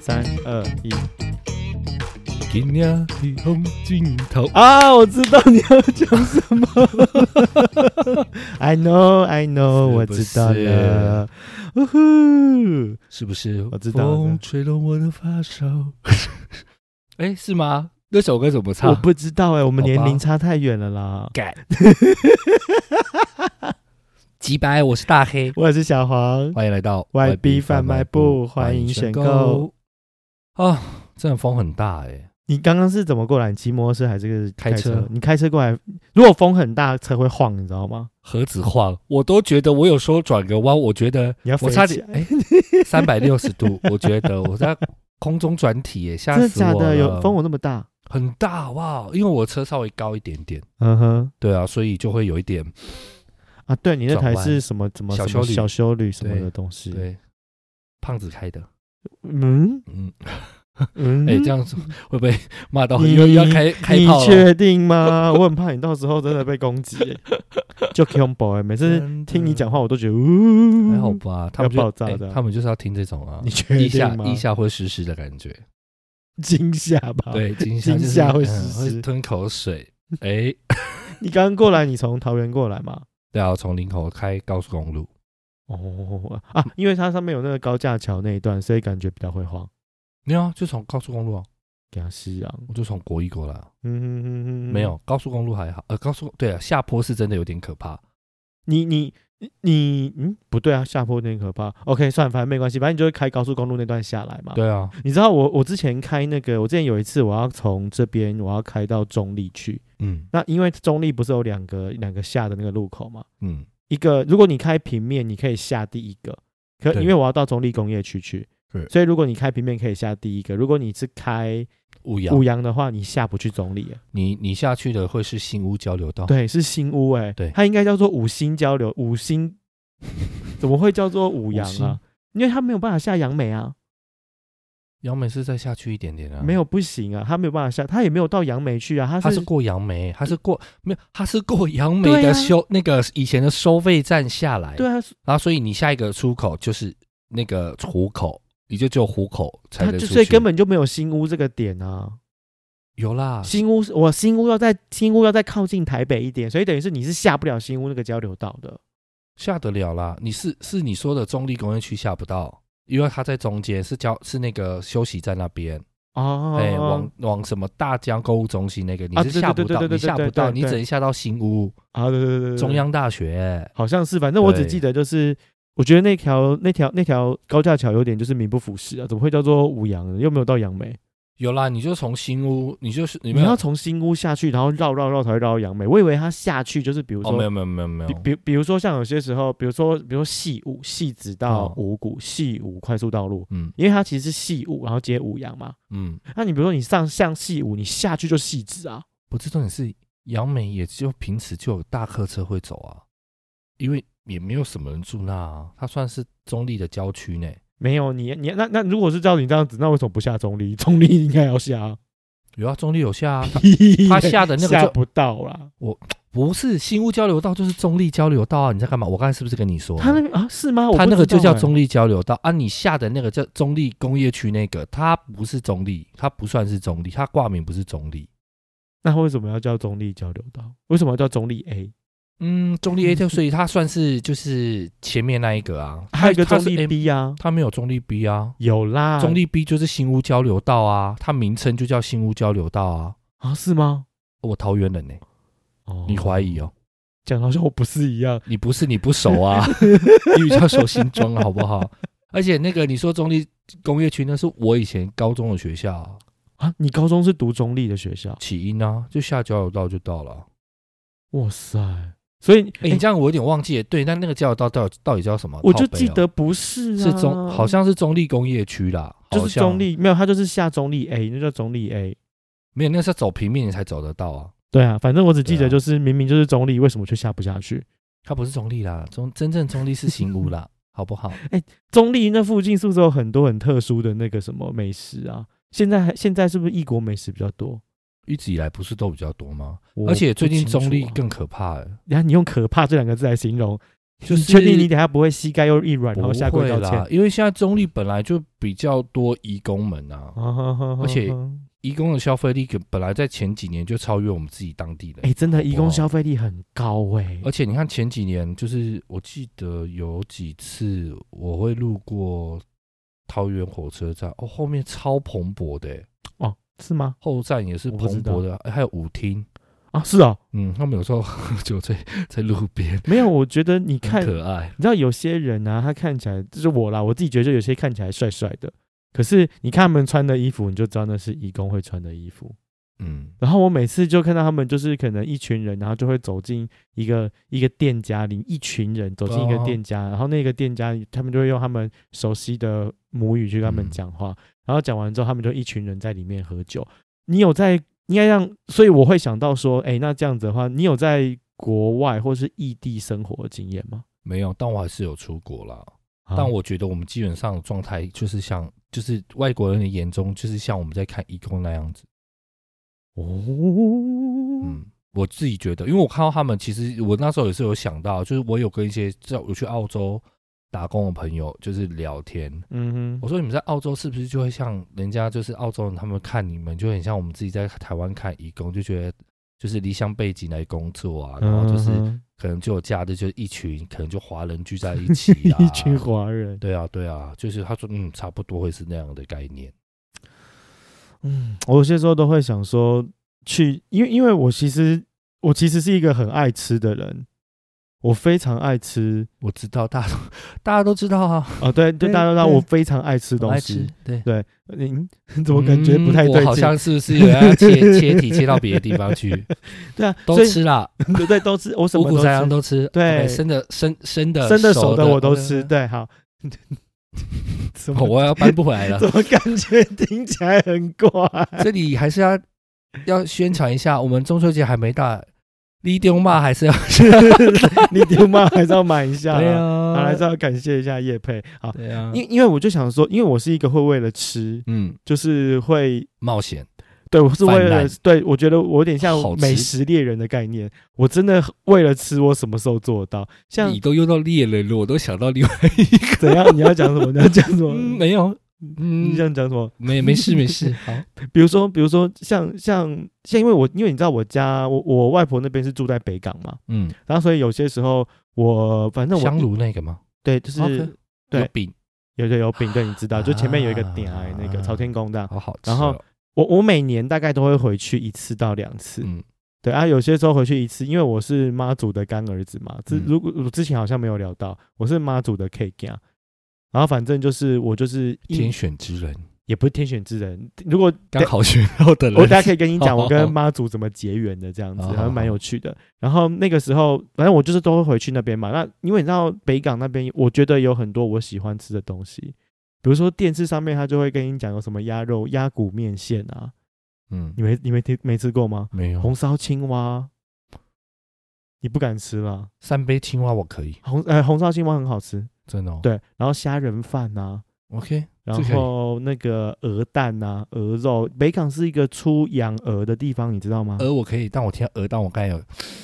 三二一，今夜的红尽头。啊，我知道你要讲什么 ，I know I know，我是不知是道了，呜呼，是不是？我知道风吹动我的发梢。 哎，是吗？那首歌怎么唱？我不知道哎、我们好年吧龄差太远了啦，敢。几百，我是大黑，我是小黄欢迎来到 YB 贩卖部，欢迎选购。。啊，真的风很大哎，你刚刚是怎么过来？你骑摩托车还是开车？车你开车过来，如果风很大，车会晃，你知道吗？盒子晃，我都觉得我有时候转个弯，我觉得你要我飞差起点来。哎，三百六十 度，我觉得我在空中转体哎，吓真的死假我的？了！有风有那么大？很大哇，因为我车稍微高一点点，嗯哼，对啊，所以就会有一点啊，对你那台转弯是什么什么小什么修旅小修旅什么对的东西？对。胖子开的，嗯嗯，嗯，哎、这样子 会不会骂到你又要开开你炮了？确定 吗？我很怕你到时候真的被攻击欸，就 k i m b o y 每次真的听你讲话，我都觉得呜，还好吧？他们就要爆炸哎这样他们就是要听这种啊，你确一下定吗？一下会湿湿的感觉，惊吓吧？，对，惊吓惊就是吓会嗯湿湿会吞口水。哎、你刚刚过来，你从桃园过来嘛？对啊，从林口开高速公路，哦啊，因为它上面有那个高架桥那一段，所以感觉比较会晃。没有啊，就从高速公路啊，给它吸氧，我就从国一过来啊、嗯哼哼哼，没有，高速公路还好，呃，高速对啊，下坡是真的有点可怕，啊你你你嗯，不对啊，下坡有点可怕。OK，算了，反正没关系，反正你就会开高速公路那段下来嘛。对啊，你知道我我之前开那个，我之前有一次我要从这边我要开到中立去，嗯那因为中立不是有两个两个下的那个路口嘛，嗯，一个如果你开平面，你可以下第一个，可对因为我要到中立工业区去对，所以如果你开平面可以下第一个，如果你是开乌鸦，五羊的话，你下不去中立耶、你你下去的会是新屋交流道，对，是新屋哎、哦对它应该叫做五星交流，五 星怎么会叫做五羊五星啊？因为它没有办法下杨梅啊，杨梅是再下去一点点啊，没有不行啊，它没有办法下，它也没有到杨梅去啊，它他是是过杨梅，他是过没有，他是过杨梅对啊的修、那个以前的收费站下来，对，啊，然后所以你下一个出口就是那个虎口，你就只有虎口才它能就出去。所以根本就没有新屋这个点啊。有啦，新屋是我新屋要在新屋要再靠近台北一点，所以等于是你是下不了新屋那个交流道的。下得了啦。你是是你说的中立工业区下不到，因为它在中间是交是那个休息站那边，哦，哎、往往什么大江购物中心那个你啊是对下对不对到，对对你下对不到，对你只能下到新屋啊，对对对对对，中央大学。好像是，反正我只对记得就是，我觉得那条那条那条高架桥有点就是名不符实啊，怎么会叫做五羊呢？又没有到杨梅，有啦，你就从新屋，你就是你你没有要从新屋下去，然后绕绕绕才会绕到杨梅。我以为它下去就是比如哦，没说。有没有没有没有比，比比如说像有些时候，比如说比如说细五细子到哦五谷细五快速道路，嗯因为它其实是细五，然后接五羊嘛。嗯，那你比如说你上向细五，你下去就细子啊。不是重点是杨梅，也就平时就有大客车会走啊，因为也没有什么人住那、啊，它算是中立的郊区呢。没有你你那那如果是照你这样子，那为什么不下中 立？中立应该要下啊，有啊，中立有下、啊， 屁它嘞下的那个下就不到啦。不是新屋交流道，就是中立交流道啊！你在干嘛？我刚才是不是跟你说？他那个啊是吗？我它不那个知就道叫欸中立交流道啊，你下的那个叫中立工业区那个，它不是中立，它不算是中立，它挂名不是中立。那为什么要叫中立交流道？为什么要叫中立 A？嗯，中立 A 就所以它算是就是前面那一个啊，它还有一个它中是立 M- B 啊，它没有中立 B 啊，有啦，中立 B 就是新屋交流道啊，它名称就叫新屋交流道啊。啊是吗？我桃园人呢、哦你怀疑哦？讲得好像我不是一样，你不是你不熟 啊，你比较熟新庄好不好？而且那个你说中立工业区那是我以前高中的学校啊、啊？你高中是读中立的学校？起因啊，就下交流道就到了啊。哇塞！所以哎、哎你这样我有点忘记了，对，那那个交流道到底到底叫什么？我就靠北哦记得不是啊是中，好像是中立工业区啦，就好是像中，立，没有，他就是下中立 A，那叫中立 A。没有，那是要走平面你才走得到啊，对啊，反正我只记对得啊就是明明就是中立，为什么却下不下去？它不是中立啦，中真正中立是新 屋啦，好不好？中立那附近是不是有很多很特殊的那个什么美食啊？现在还现在是不是异国美食比较多？一直以来不是都比较多吗？我而且最不近清楚中立啊更可怕了，然后你用可怕这两个字来形容就你是确定你等下不会膝盖又一软，然后不下跪会道歉啦？，因为现在中立本来就比较多移工们啊，而而且移工的消费力本来在前几年就超越我们自己当地的哎、，真的，义工好消费力很高哎、而且你看前几年，就是我记得有几次我会路过桃园火车站，哦，后面超蓬勃的欸，哦，是吗？后站也是我不知蓬道勃的，还有舞厅，啊，是哦，嗯，他们有时候就在在路边，没有，我觉得你看很，可爱，你知道有些人啊，他看起来就是我啦，我自己觉得就有些看起来帅帅的，可是你看他们穿的衣服，你就知道那是义工会穿的衣服。嗯，然后我每次就看到他们，就是可能一群人，然后就会走进一个一个店家里，一群人走进一个哦店家，然后那个店家他们就会用他们熟悉的母语去跟他们嗯讲话，然后讲完之后，他们就一群人在里面喝酒。你有在应该让，所以我会想到说，哎，那这样子的话，你有在国外或是异地生活的经验吗？没有，但我还是有出国啦。啊但我觉得我们基本上的状态就是像，就是外国人的眼中，就是像我们在看义工那样子。哦，嗯，我自己觉得，因为我看到他们，其实我那时候也是有想到，就是我有跟一些在我去澳洲打工的朋友就是聊天，嗯我哼，说你们在澳洲是不是就会像人家就是澳洲人他们看你们就很像我们自己在台湾看义工，就觉得就是离乡背景来工作啊，然后就是嗯可能就有假日就是一群可能就华人聚在一 起啊，哼一群华人，对啊对啊，就是他说嗯差不多会是那样的概念，嗯，我有些时候都会想说去，因为因为我其实我其实是一个很爱吃的人，我非常爱吃我知道大家大家都 知道啊，啊、对对，对大家都知道对我非常爱吃很东爱西吃。对。对，嗯，怎么感觉不太嗯对我好劲？像是不是有要切切题切到别的地 方去？对啊，都所以吃啦，对对都 吃，我什五么谷都杂粮吃，都吃。对 OK，生的生生的生的熟熟的的我都吃。。对，好， 怎哦么我要搬不 回来了怎，么感觉听起来很 怪？ 这里还是要要宣传一下，我们中秋节还没到，立丢啊嘛还 是要你爹妈还是要买一下， 对啊，啊，还是要感谢一下叶佩。好，对啊，因因为我就想说，因为我是一个会为了吃，嗯就是会冒险，对，我是为泛了滥对，我觉得我有点像好吃美食猎人的概念。我真的为了吃，我什么时候做得到？像你都用到猎人了，我都想到另外怎样？你要讲什么？你要讲什么？嗯 没有，你嗯，想讲什么？没没事没事， 好，比如说，比如说，像像像，因为我因为你知道我家我我外婆那边是住在北港嘛，嗯，然后所以有些时候我反正我香炉那个吗？对，就是 OK 对有饼，有有有饼，对，你知道，就前面有一个点啊那个朝天宫这样。好好吃哦。然后我我每年大概都会回去一次到两次，嗯对啊，有些时候回去一次，因为我是妈祖的干儿子嘛。之嗯如果我之前好像没有聊到，我是妈祖的 K 家，然后反正就是我就是一天选之人，也不是天选之人。如果刚好哦选到的我人，大家可以跟你讲，好我跟妈祖怎么结缘的这样子好，好然后蛮有趣的。然后那个时候，反正我就是都会回去那边嘛。那因为你知道北港那边，我觉得有很多我喜欢吃的东西，比如说电视上面他就会跟你讲有什么鸭肉、鸭骨面线啊，嗯，你没你没听没吃过吗？没有红烧青蛙，你不敢吃啦。三杯青蛙我可以，红呃红烧青蛙很好吃，真的、哦。对，然后虾仁饭呐、 ，OK，然后那个鹅蛋呐、鹅肉。北港是一个出养鹅的地方，你知道吗？鹅我可以，但我听到鹅蛋我刚才有，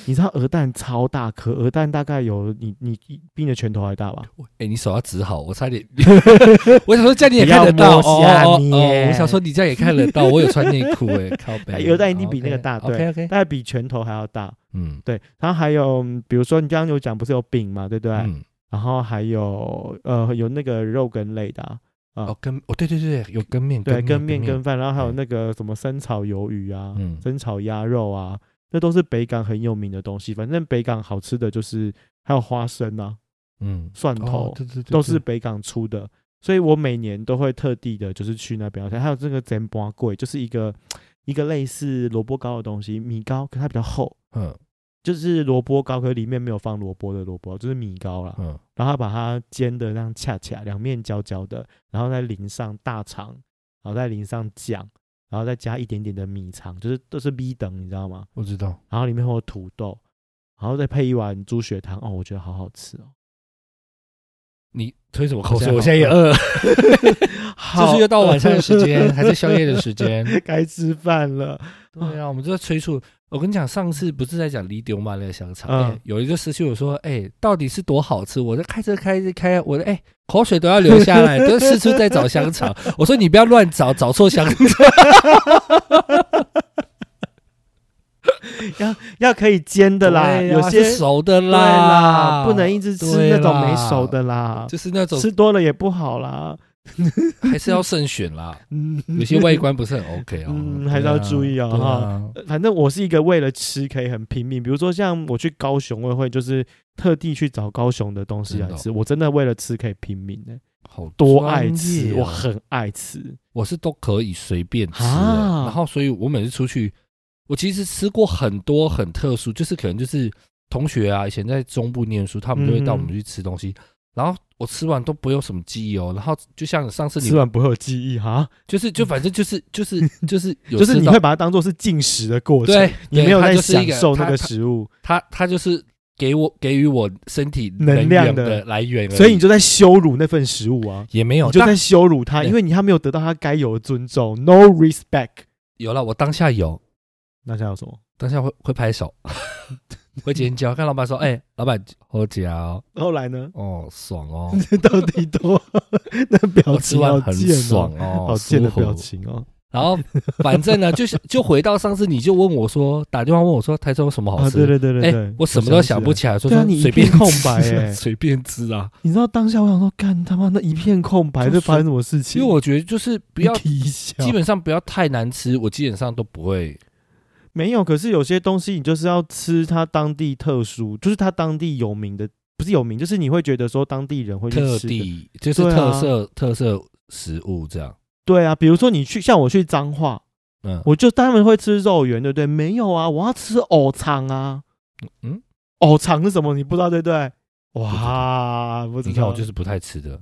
你知道鹅蛋超大颗，鹅蛋大概有你你你比你的拳头还大吧？哎、你手要指好，我差点， 我想说这样你也不要看得到摸瞎哦哦你哦，我想说你这样也看得到，我有穿内裤哎，靠 背，鹅蛋一定比那个大对，OK OK，大概比拳头还要大。嗯，对，然后还有嗯比如说你刚刚有讲不是有饼嘛，对不对？嗯，然后还有呃有那个肉羹类的啊、哦跟哦对对对，有跟面，对，跟跟面跟饭，然后还有嗯那个什么生炒鱿鱼啊，嗯生炒鸭肉啊，那都是北港很有名的东西。反正北港好吃的就是还有花生啊、嗯，蒜头，哦对对对，对都是北港出的。所以我每年都会特地的，就是去那边而且还有这个煎巴粿，就是一个一个类似萝卜糕的东西，米糕，可它比较厚，嗯就是萝卜糕，可是里面没有放萝卜的萝卜，就是米糕啦。嗯然后把它煎的那样恰恰，两面焦焦的，然后再淋上大肠，然后再淋上酱，然后再加一点点的米肠，就是都是 B 等，你知道吗？我知道，然后里面会有土豆，然后再配一碗猪血汤，哦，我觉得好好吃 哦，你推什么口水？我我现现在在也饿， 好这 是 又到晚上的时间，还是宵夜的时间？该吃饭了。对啊，我们就在催促我跟你讲，上次不是在讲离丢曼那个香肠，嗯哎有一个私信我说，哎、到底是多好吃？我在开车开着开，我的哎、口水都要流下 来，都四处在找香肠。我说你不要乱找，找错香肠。要可以煎的啦，对啊有些是熟的对啦，不能一直吃对那种啦没熟的啦，就是那种吃多了也不好啦。还是要慎选 啦。嗯，有些外观不是很 OK 哦，嗯对啊还是要注意哦对啊呃反正我是一个为了吃可以很拼命，比如说像我去高雄，我也会就是特地去找高雄的东西来吃，真我真的为了吃可以拼命的、好多爱专吃，业哦我很爱吃。我是都可以随便吃的、啊然后所以我每次出去，我其实吃过很多很特殊，就是可能就是同学啊，以前在中部念书，他们就会带我们嗯去吃东西，然后我吃完都不用什么记忆哦，然后就像上 次你吃完不会有记忆哈，就是就反正就是就是就是有就是吃你到会把它当做是进食的过程，对，你没有在享受那他个就是一食物，他他他就是给我给予我身体能量量的的来源而已，所以你就在羞辱那份食物啊，也没有你就但在羞辱它，对因为你还没有得到它该有的尊重，no respect。有了，我当下有，那现在有什么？当下会会拍手， 会尖叫，跟老板 说，哎、老板好假哦，后来呢？ 哦爽哦。这到底多 那表我吃情完好很贱爽哦，哦，好贱的舒服表。情哦。然后反正呢，就是就回到上次，你就问我说，打电话问我说，台中有什么好啊，对吃？对对对哎对，，我什么都想不起起来，说对啊说你一随便片空吃 白哎随便吃啊。来。你知道当下我想说，干他妈那一片空白，就这是发生什么事因情？为我觉得就是不要，一笑，基本上不要太难吃，我基本上都不会。没有。可是有些东西你就是要吃它当地特殊，就是它当地有名的，不是有名，就是你会觉得说当地人会去特吃的地就是对啊特色特色食物这样，对啊，比如说你去，像我去彰化，嗯我就他们会吃肉圆，对不对？没有啊，我要吃藕肠啊。嗯，藕肠是什么？你不知道对不对？哇，不知道。你看我就是不太吃的，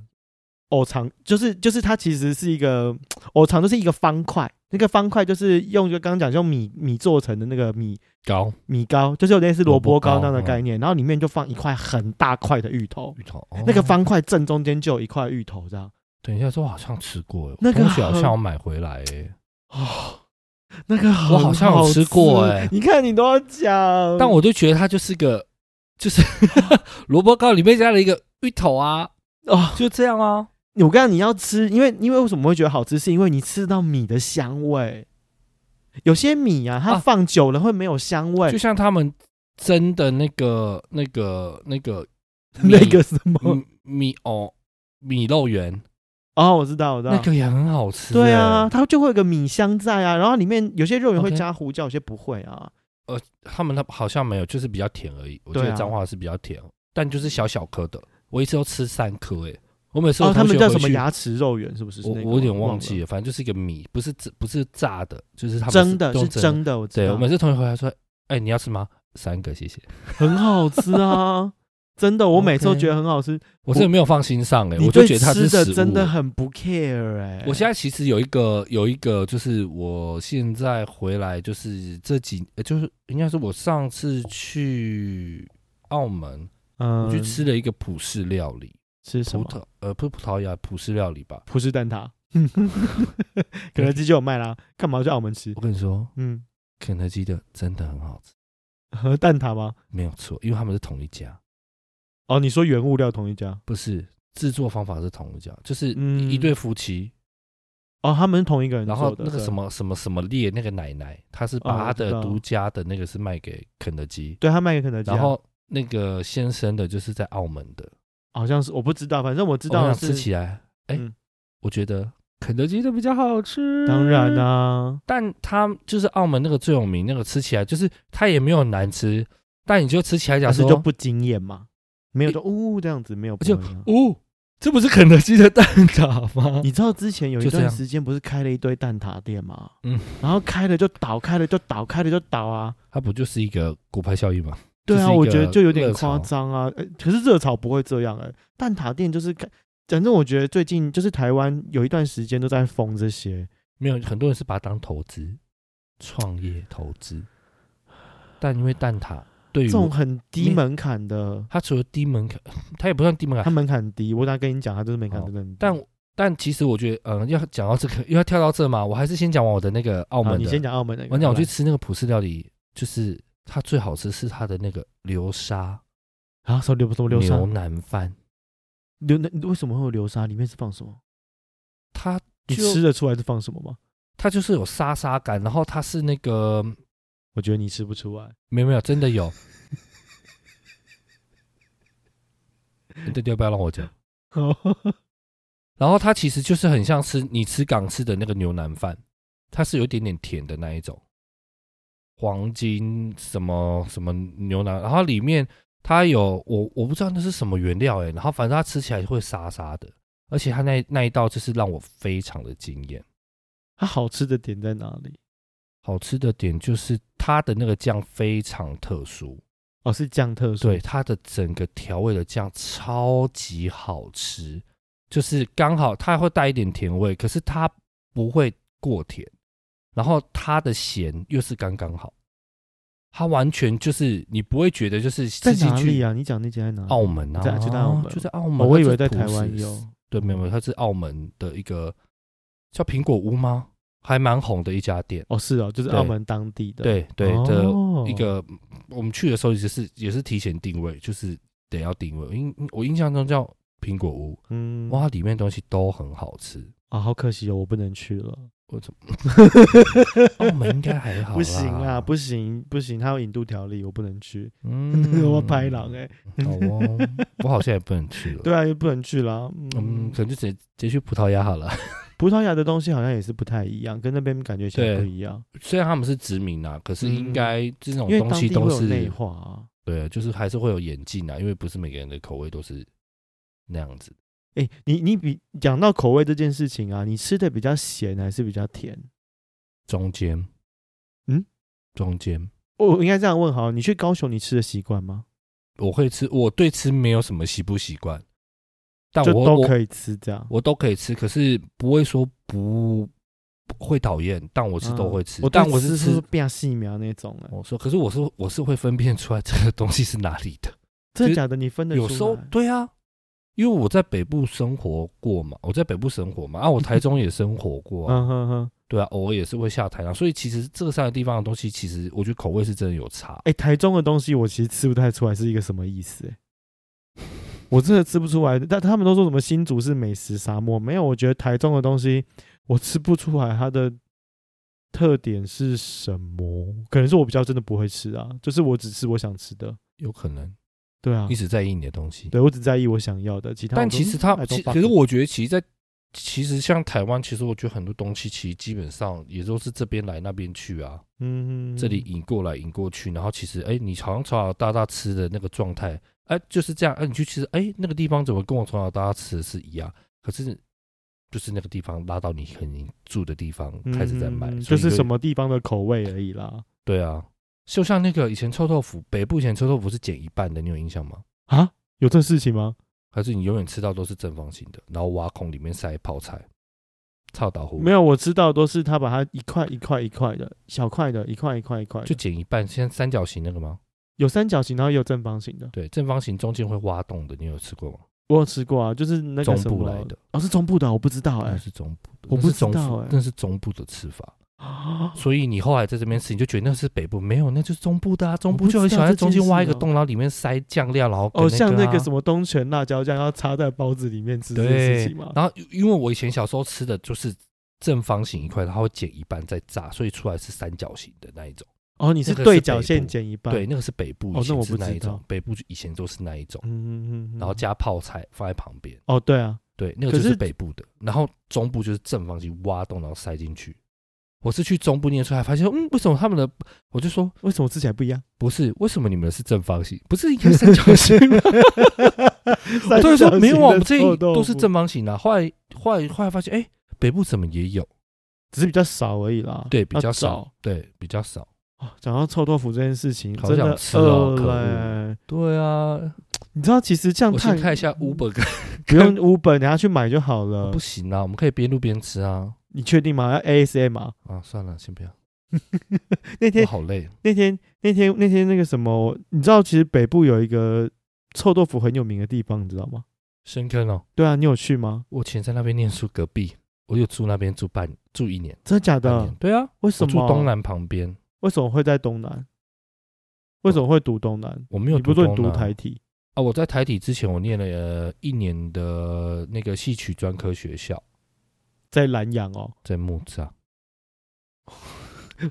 藕肠，就是就是它其实是一个藕肠，就是一个方块。那个方块就是用就刚刚讲用米米做成的那个米高米糕，就是有点类似萝卜糕萝卜糕那样的概念，然后里面就放一块很大块的芋头，芋头那个。哦方块正中间就有一块芋头，这样等一下，说我好像吃过，哎那个我同学好很像有买回来，哎，哦，那个我我好像有吃过欸你看你都要讲，但我就觉得它就是个，就是 萝卜糕里面加了一个芋头啊，哦，就这样啊。我跟你讲，你要吃，因为因为为什么会觉得好吃，是因为你吃到米的香味。有些米啊，它啊放久了会没有香味，就像他们蒸的那个、那个、那个米、那个什么、米米哦米肉圆，哦，我知道，我知道，那个也很好吃。对啊，哎，它就会有个米香在啊，然后里面有些肉圆会 OK 加胡椒，有些不会啊。他们那好像没有，就是比较甜而已。我记对得啊彰化是比较甜，但就是小小颗的，我一次都吃三颗。哎，我每次哦，我他同们学叫回什么去牙齿肉圆？是不是？我是那个我有点忘忘记了，反正就是一个米，不是自不是炸的，就是他了，们蒸的都是蒸蒸的，我知对道我，每次同学回来说，哎，你要吃吗？三个，谢谢。很好吃 啊，真的，我每次都 OK 觉得很好吃。我真的没有放心上哎、你我就对觉得它吃是的食物真的。很不 care 哎，我现在其实有一个有一个，就是我现在回来，就是这几，呃就是应该是我上次去澳门，嗯我去吃了一个葡式料理，吃什葡么？萄呃不是葡萄牙葡式料理吧。葡式蛋挞，肯德基就有卖啦，干嘛去澳门吃我？跟你说，嗯，肯德基的真的很好吃，和蛋挞吗？没有错，因为他们是同一家，哦，你说原物料同一家？不是制作方法是同一家，就是嗯一对夫妻，哦，他们是同一个人然后做的那个什，么什么什么烈那个奶奶，她是哦把我她知的道独家的那个是卖给肯德基，对对他卖给肯德基啊，然后那个先生的就是在澳门的，好像是我不知道，反正我知知道的吃是起来，哎、嗯我觉得肯德基的比较好吃，当然啦、，啊，但它就是澳门那个最有名，那个吃起来就是它也没有很难吃，但你就吃起来但讲是说就不惊艳嘛，没有就呜、这样子，没有不就会啊哦，这不是肯德基的蛋挞吗？你知道之前有一就这段样时间不是开了一堆蛋挞店吗？嗯，然后开了就倒，开了就倒，开了就倒啊！它不就是一个骨牌效应吗？对就啊，是一个我觉得就有点热夸潮张啊。呃可是热潮不会这样哎、蛋挞店就是开，反正我觉得最近就是台湾有一段时间都在疯这些，没有，很多人是把它当投资，创业投资，但因为蛋挞对这于种我很低门槛的，它除了低门槛，它也不算低门槛它，门槛低。我刚跟你讲，它就是门槛哎哦真的很低。但但其实我觉得，嗯、要讲到这个，又要跳到这嘛，我还是先讲完我的那个澳好门的。你先讲澳门那个，我讲我去好吃那个葡式料理，就是它最好吃是它的那个流沙啊，什么流什么流沙牛？腩饭，流那为什么会有流沙？里面是放什么？它你就吃得出来是放什么吗？它就是有沙沙感，然后它是那个我觉得你吃不出来。没有没有真的有。 你到底要不要让我讲？哦然后它其实就是很像吃你吃港式的那个牛腩饭，它是有一点点甜的那一种，黄金什么什么牛腩，然后里面它有我我不知道那是什么原料哎、然后反正它吃起来会沙沙的，而且它那那一道就是让我非常的惊艳。 它好吃的点在哪里？好吃的点就是它的那个酱非常特殊，哦，是酱特殊。对，它的整个调味的酱超级好吃，就是刚好它会带一点甜味，可是它不会过甜，然后它的咸又是刚刚好，它完全就是你不会觉得就是在吃进哪里去啊？你讲那家在哪里？澳门啊，在就在澳门就在澳门哦，我以它为是在土台湾司有。对，没有没有，它是澳门的一个叫苹果屋吗？还蛮红的一家店。哦，是哦，就是对澳门当地的。对对的哦一个，我们去的时候也是也是提前定位，就是得要定位。因我印象中叫苹果屋，嗯，哇，它里面的东西都很好吃。啊，好可惜哦，我不能去了。我怎么澳门应该还好啦， 不行啦，不行不行，它有引渡条例，我不能去。 嗯我拍狼哎、好哦，我好像也不能去了。 对啊，又不能去啦。嗯，嗯，可能就直接直接去葡萄牙好了。 葡萄牙的东西好像也是不太一样，跟那边感觉起来对不一样，虽然他们是殖民啊，可是应该这种嗯因为东当西地都会有内是化啊。对，就是还是会有演进啊，因为不是每个人的口味都是那样子。哎、你你比讲到口味这件事情啊，你吃的比较咸还是比较甜？中间，嗯，中间，我应该这样问好，你去高雄你吃的习惯吗？我会吃，我对吃没有什么习不习惯，但就我都我可以吃这样。我都可以吃，可是不会说不不会讨厌，但我是都会吃，嗯我但对我是吃吃哦是，变细苗那种的，我说，可是我是我是会分辨出来这个东西是哪里 的，真其的实假的？你分得出有来？时候对啊，因为我在北部生活过嘛，我在北部生活嘛，啊，我 台中也生活过、啊，嗯哼哼，对啊，偶尔也是会下台啊，所以其实这三个地方的东西，其实我觉得口味是真的有差，哎、台中的东西我其实吃不太出来是一个什么意思、欸，我真的吃不出来。但他们都说什么新竹是美食沙漠，没有，我觉得台中的东西我吃不出来它的特点是什么，可能是我比较真的不会吃啊，就是我只吃我想吃的，有可能对啊一，直在意你的东西。对我只在意我想要的，其他我但都其实它嗯，I don't 其 fuck 可是 it 我觉得，其实在其实像台湾，其实我觉得很多东西其实基本上也都是这边来那边去啊，嗯这里引过来引过去，然后其实哎、你好像从小到大吃的那个状态，哎、就是这样，哎、你去吃，哎、那个地方怎么跟我从小到大吃的是一样？可是就是那个地方拉到你可能住的地方开始在卖，嗯所就以你是什么地方的口味而已啦。对啊，就像那个以前臭豆腐，北部以前臭豆腐是减一半的，你有印象吗？啊，有这事情吗？还是你永远吃到都是正方形的，然后挖孔里面塞泡菜，臭豆腐没有，我知道都是他把它一块一块一块的小块的，一块一块一块的，就剪一半，像三角形那个吗？有三角形，然后也有正方形的。对，正方形中间会挖洞的，你有吃过吗？我有吃过啊，就是那个中什部么来的，哦，是中部的啊，我不知道那哎、是中部的，我那不是知中哦道部欸 那是中部的吃法。啊，所以你后来在这边吃，你就觉得那是北部，没有，那就是中部的啊。中我部不知就道很喜欢在中间挖一这件个事哦洞，然后里面塞酱料，然后跟哦，像那个什么。么东泉辣椒酱要插在包子里面吃这件事对情嘛，，然后因为我以前小时候吃的就是正方形一块，然后剪一半再炸，所以出来是三角形的那一种。哦，你是那个是对角北线部剪一半，对，，那个是北部哦以那前我是不那知一种道，北部以前都是那一种，嗯嗯嗯，然后加泡菜放在旁边。哦，对啊，对，那个可就是是北部的，然后中部就是正方形挖洞然后塞进去。我是去中部念书，还发现嗯，为什么他们的我就说为什么吃起来不一样？不是，为什么你们的是正方形，不是应该 三角 形吗？我都会说没有啊，我们这里都是正么，方形啊。后来后来后来发现，哎，北部怎么也有？只是比较少而已啦，对，比要较找少，对，比较少。哦讲到臭豆腐这件事情，好真的想吃哦饿可恶了欸对啊，你知道，其实这样我先看看一下 Uber，跟嗯 不用 Uber，你要去买就好了 不。行啊，我们可以边录边吃啊。你确定吗？要 ASM 啊？啊，算了，先不要，那天我好累。啊那天那天那天那个什么，你知道其实北部有一个臭豆腐很有名的地方，你知道吗？深坑哦，对啊，你有去吗？我以前在那边念书，隔壁我有住那边住半住一年，真的假半的年？对啊，为什我么？住东？南旁边，为什么会在东南？为什么会读东南？我没有你不读是说你东读南台体？啊，我在台体之前，我念了、呃、一年的那个戏曲专科学校，在南洋哦， 在木栅，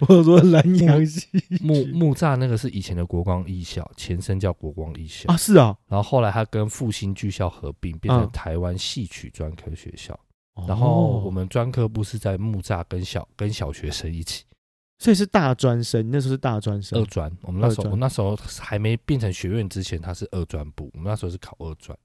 我说南洋系木木栅那个是以前的国光艺校，前身叫国光艺校，啊，是啊，然后后来它跟复兴剧校合并，嗯变哦成台湾戏曲专科学校。然后我们专科部是在木栅跟小跟小学生一起所以是大专生，那时候是大专二生，专，我们那时二候专我那时候还没变成学院之前，它是二专部，我们那时候是考二专。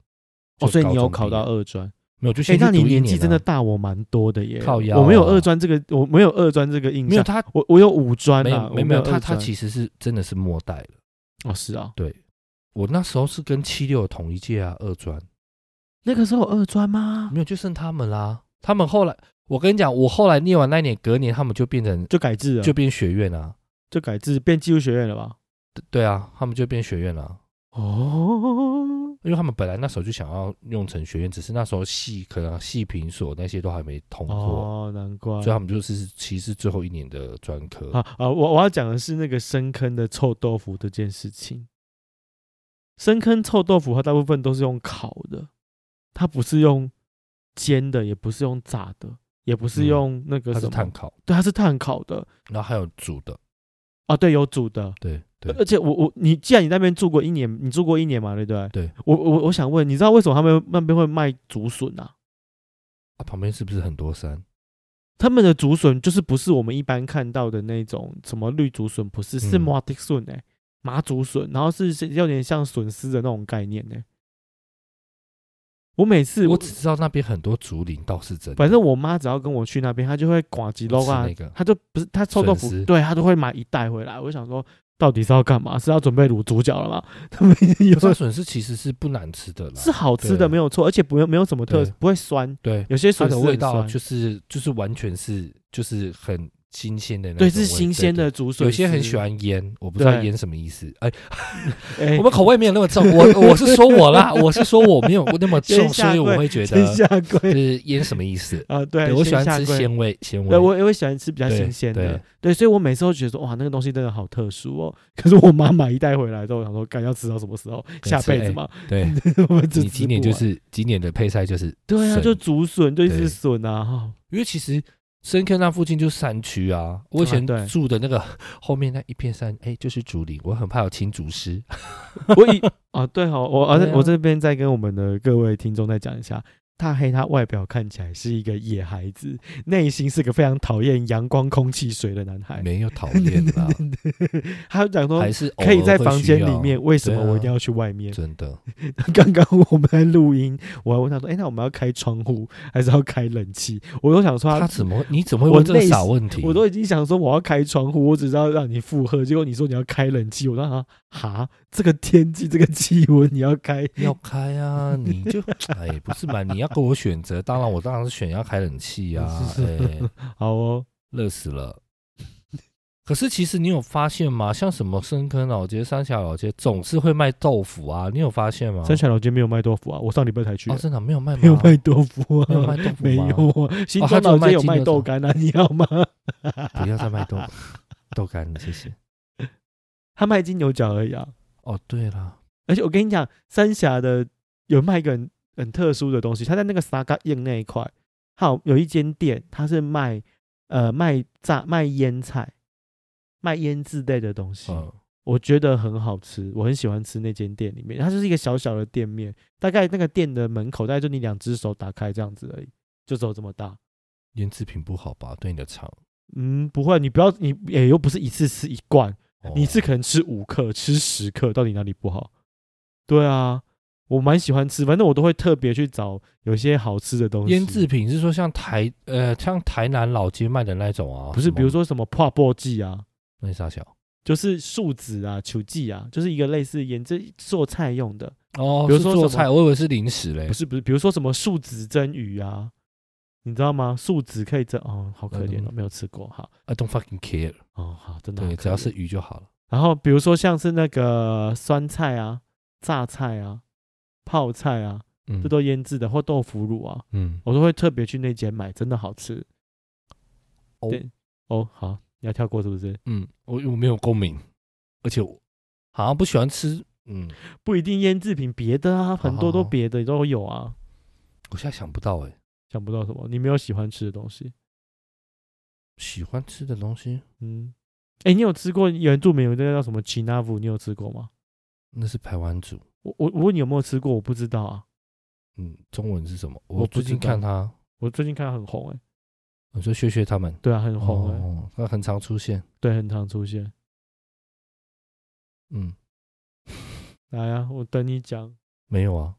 哦，所以你就高有中考毕业到二专，没有？就哎先，去那你读一年纪年真的啊大我蛮多的耶，靠腰我没有啊二专这个，我没有二专这个印没有象，他我我有五专没啊有，没我有没有他二他专其实是真的是末代了。哦是啊，我那时候是跟七六同一届啊，二专那个时候有二专吗？没有就剩他们啦。他们后来，我跟你讲，我后来念完那一年，隔年他们就变成就改制了，就就变学院啊，就改制变技术学院了吧？对对啊，他们就变学院了、哦，因为他们本来那时候就想要用成学院，只是那时候系可能系评所那些都还没通过，哦，难怪所以他们就是其实是最后一年的专科。啊啊！我我要讲的是那个深坑的臭豆腐这件事情。深坑臭豆腐它大部分都是用烤的，它不是用煎的，也不是用炸的，也不是嗯用那个它什是么，碳烤，对，它是炭烤的然后还有煮的，啊，对，有煮的。对 对，而且我我你既然你在那边住过一年，你住过一年嘛，对不对？对。我我我想问，你知道为什么他们那边会卖竹笋啊？啊、旁边是不是很多山？他们的竹笋就是不是我们一般看到的那种什么绿竹笋，不是是嗯麻竹笋哎，麻竹笋，然后是是有点像笋丝的那种概念呢、我每次我我只知道那边很多竹林，倒是真的。反正我妈只要跟我去那边，她就会刮几肉啊吃那个，她就不是她臭豆腐笋丝，对她都会买一袋回来。我想说，到底是要干嘛？是要准备卤猪脚了吗？他 们有酸笋是其实是不难吃的啦，是好吃的对没有错，而且不用没有什么特对不会酸，对，有些它笋丝的很味道酸就是就是完全是就是很新鲜的那种对味，是新鲜的竹对。对笋丝，有些很喜欢腌，我不知道对腌什么意思。哎，哎，我们口味没有那么重， 我我是说我啦，我是说我没有那么重，先下所跪以我会觉先得就下跪是腌什么意思？啊，对对我喜欢先下吃跪鲜味，鲜味。对，我也会喜欢吃比较对新鲜的对，对，所以我每次都觉得说，哇，那个东西真的好特殊哦。 可是我妈买一袋回来之后，我想说，干要吃到什么时候？能下吃辈子哎嘛， 对我们就你吃今年不就完是今年的配菜就是对啊，笋就竹笋，就一直对笋啊，哈因为其实深坑那附近就是山区啊，我以前对住的那个 后面那一片山，哎，就是竹林，我很怕有青竹 师。我以啊，对好， 我而、对啊我这边再跟我们的各位听众再讲一下，大黑他外表看起来是一个野孩子，内心是个非常讨厌阳光、空气、水的男孩。没有讨厌啦， 他讲说还是偶尔可以在会房需间里要面，为什对么我啊一定要去外面？真的， 刚刚我们在录音，我还问他说：“哎、那我们要开窗户还是要开冷气？”我都想说他他，怎么你怎么会我问这个内傻心问题？我都已经想说我要开窗户，我只是要让你附和。结果你说你要开冷气，我让他哈，这个天气这个气温你要开，要开啊，你就 哎，不是嘛？你要给我选择，当然我当然是选要开冷气 啊，哎，好哦，热死了。 可是其实你有发现吗？像什么深坑老街、三峡老街，总是会卖豆腐啊，你有发现吗？三峡老街没有卖豆腐啊，我上礼拜才去哦，的，真的没有卖吗，没有卖豆腐没有卖啊，豆腐吗哦没有啊，新他庄只老有卖街有金卖牛豆头干啊，你要吗？啊不要再卖豆 豆干了，谢谢。他卖金牛角而已啊。哦，对了，而且我跟你讲，三峡的有卖一个很很特殊的东西，它在那个沙嘎印那一块，好有一间店，它是卖呃卖炸卖腌菜、卖腌制类的东西，嗯，我觉得很好吃，我很喜欢吃那间店里面，它就是一个小小的店面，大概那个店的门口大概就你两只手打开这样子而已，就只有这么大。腌制品不好吧？对你的肠，嗯，不会，你不要，你也又不是一次吃一罐，哦你是可能吃五克、吃十克，到底哪里不好？对啊，我蛮喜欢吃，反正我都会特别去找有些好吃的东西。腌制品是说像台呃像台南老街卖的那种啊？不是，什么比如说什么泡泡剂啊，那啥小就是树脂啊、球剂啊，就是一个类似腌制做菜用的。哦，比如是说做什么菜，我以为是零食嘞不，是不是，比如说什么树脂蒸鱼啊，你知道吗？树脂可以蒸，哦，好可怜哦，嗯没有吃过哈。 I don't fucking care，哦，好，真的好对，可只要怜是鱼就好了。然后比如说像是那个酸菜啊、榨菜啊、泡菜啊，嗯这都腌制的，或豆腐乳啊，嗯，我都会特别去那间买，真的好吃。哦哦对哦，好，你要跳过是不是？嗯，我我没有共鸣，而且我好像不喜欢吃，嗯，不一定腌制品，别的啊，很多好都好别的都有啊。我现在想不到哎、想不到什么，你没有喜欢吃的东西。喜欢吃的东西嗯，哎，你有吃过原住民有那个叫什么奇纳夫，你有吃过吗？那是排湾族，我我我问你有没有吃过，我不知道啊。嗯，中文是什么？我我不最知近看道他，我最近看它很红哎、我说学学他们，对啊，很红哎、哦，他很常出现，对，很常出现。嗯，来呀、啊，我等你讲，没有啊。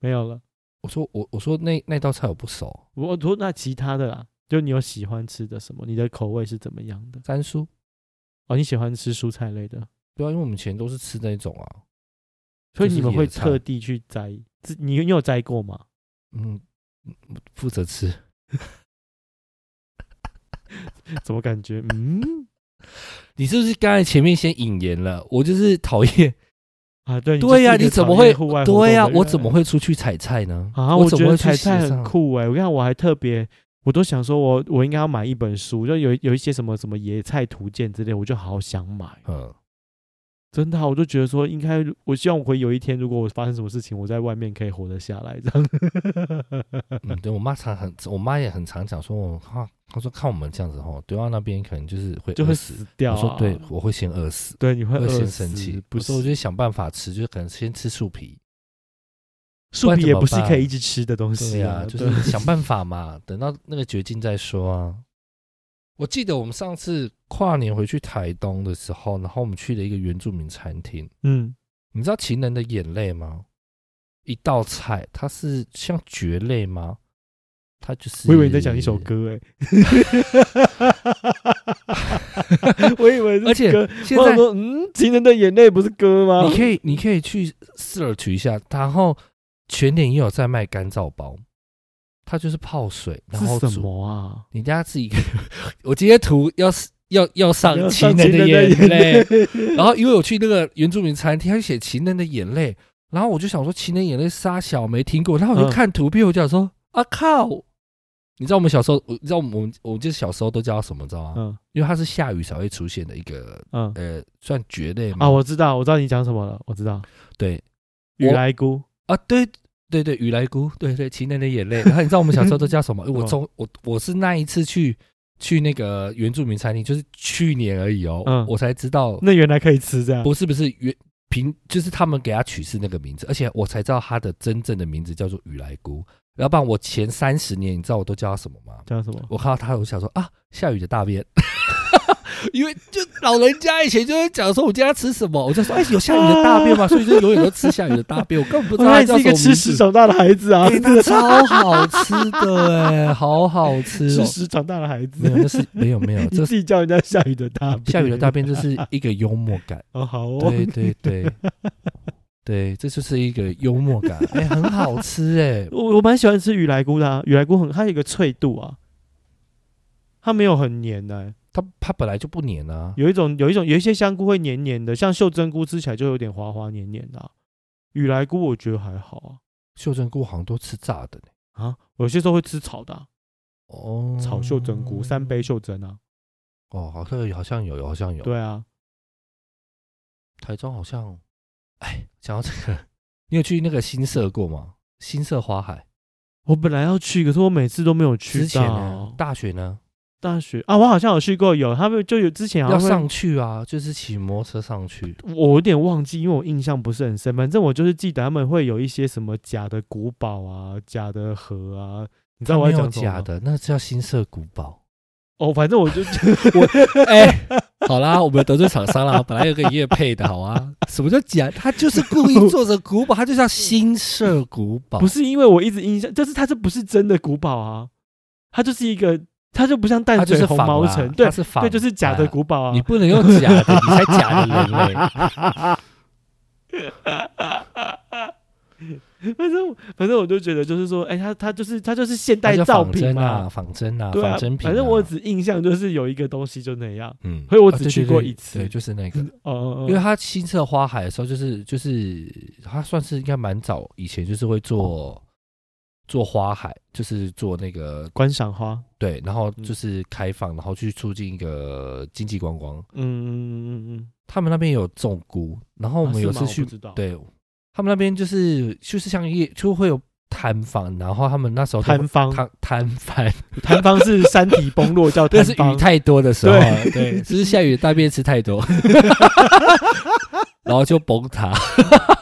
没有了。我说我我说那那道菜我不熟，我我说那其他的啦，就你有喜欢吃的什么？你的口味是怎么样的？三叔，哦，你喜欢吃蔬菜类的，对啊，因为我们以前都是吃那种啊，所以就是你们会野菜特地去摘？自你你有摘过 吗？嗯，负责吃，怎么感觉？嗯你是不是刚才前面先引言了？我就是讨厌，啊，对对呀、呀、你怎么会？户外活动的对呀、啊人我怎么会出去采菜呢？啊？我觉怎么得会去采菜斜很上？酷哎、我看我还特别，我都想说我我应该要买一本书，就有有一些什么什么野菜图鉴之类，我就好想买。嗯，真的啊、我就觉得说，应该我希望我会有一天，如果我发生什么事情，我在外面可以活得下来。这样， 嗯，对我妈常很，我妈也很常讲说，我看，她说看我们这样子吼，对岸那边可能就是会就饿会死死。掉、我啊。说对，我会先饿死，对，你会会饿先死生气。不我是说，我就想办法吃，就是可能先吃树皮。树不然皮怎也么不是办可以一直吃的东对西啊呀、啊就是 对想办法嘛，等到那个绝境再说啊。我记得我们上次跨年回去台东的时候，然后我们去了一个原住民餐厅， 嗯，你知道情人的眼泪吗？一道菜，它是像蕨类吗？它就是。我以为你在讲一首，歌欸哎、 我以为而是且歌。现我想在说，嗯，情人的眼泪不是歌吗你？可以你可以去 search 一下，然后全年也有在卖干燥包，它就是泡水，然 后是什煮么啊？你家自己， 我今天图要是要要上要情上人的情人的眼眼泪， 然后因为我去那个原住民餐厅，他就写情人的眼泪，然后我就想说情人眼泪沙小没听过，然后我就嗯看图片，我就想说啊靠！你知道我们小时候，我你知道我们我们就是小时候都叫它什么，你知道吗？嗯因为它是下雨才会出现的一个嗯呃，算蕨类嘛。啊，我知道，我知道你讲什么了，我知道。对雨我来菇，啊，对对对，雨来菇，对对，情人的眼泪。然后你知道我们小时候都叫什么？我 嗯中我我是那一次去去那个原住民餐厅，就是去年而已哦，嗯我才知道，那原来可以吃这样。不是不是原平，就是他们给他取是那个名字，而且我才知道他的真正的名字叫做雨来菇。要不然我前三十年，你知道我都叫他什么吗？叫什么？我看到他，我想说啊，下雨的大便。 因为就老人家以前就会讲说，我今天要吃什么，我就说，哎，有下雨的大便吗？所以就永远都吃下雨的大便，我根本不知 道哦那它你是叫一个吃什么名字屎。长大的孩子啊，欸那超好吃的哎、好好 吃吃哦！屎长大的孩子没。有，那是没有没有， 你这自 是己叫人家下雨的大便，下雨的大便就是一个幽默感，哦，好哦，对对对对，这就是一个幽默感，哎、很好吃哎、我我蛮喜欢吃雨来菇的、啊，雨来菇很它有一个脆度啊，它没有很黏的欸、它它本来就不黏啊，有一种有一种有一些香菇会黏黏的，像袖珍菇吃起来就有点滑滑黏黏的啊、雨来菇我觉得还好袖珍菇好像都吃炸的、呢。啊，啊，我有些时候会吃炒的啊、哦，炒袖珍菇，三杯袖珍啊，哦，好像有好像有好像有，对啊，台中好像，哎，讲到这个，你有去那个新社过吗？新社花海我本来要去，可是我每次都没有去之前呢到，。啊大学呢大学啊，我好像有去过，有他们就有之前好要像会上去啊，就是骑摩托车上去。我有点忘记，因为我印象不是很深。反正我就是记得他们会有一些什么假的古堡啊、假的河啊，你知道我没在有讲什么吗假的，那叫新社古堡。哦。反正我 就哎、好啦，我们得罪厂商 啦，本来有个业配的好啊。什么叫假？他就是故意做着古 堡，他就叫新社古堡。不是因为我一直印象，就是它这不是真的古堡啊，它就是一个，它就不像他淡就水是红仿毛啦城，他对是仿对，就是假的古堡哎啊你。不能用假的，你才假的人类。 反正反正我就觉得就是说，哎、它它就是它就是现他代叫造仿真品嘛，啊，仿真啊，对啊仿真品、啊。反正我只印象就是有一个东西就那样。嗯所以我啊只对去对过对一次对，就是那个。哦哦因为哦，他新测花海的时候，就是就是他算是应该蛮早以前，就是会做做花海，就是做那个观赏花，对，然后嗯就是开放，然后去促进一个经济观光。嗯嗯嗯嗯嗯，他们那边也有种菇，然啊后我们有次去知道，，对，他们那边就是就是像夜就会有摊贩，然后他们那时候都摊方，摊摊 贩，摊方是山体崩落叫但摊是雨方，太多的时候啊，对对，就是下雨大便吃 太多，然后就崩塌，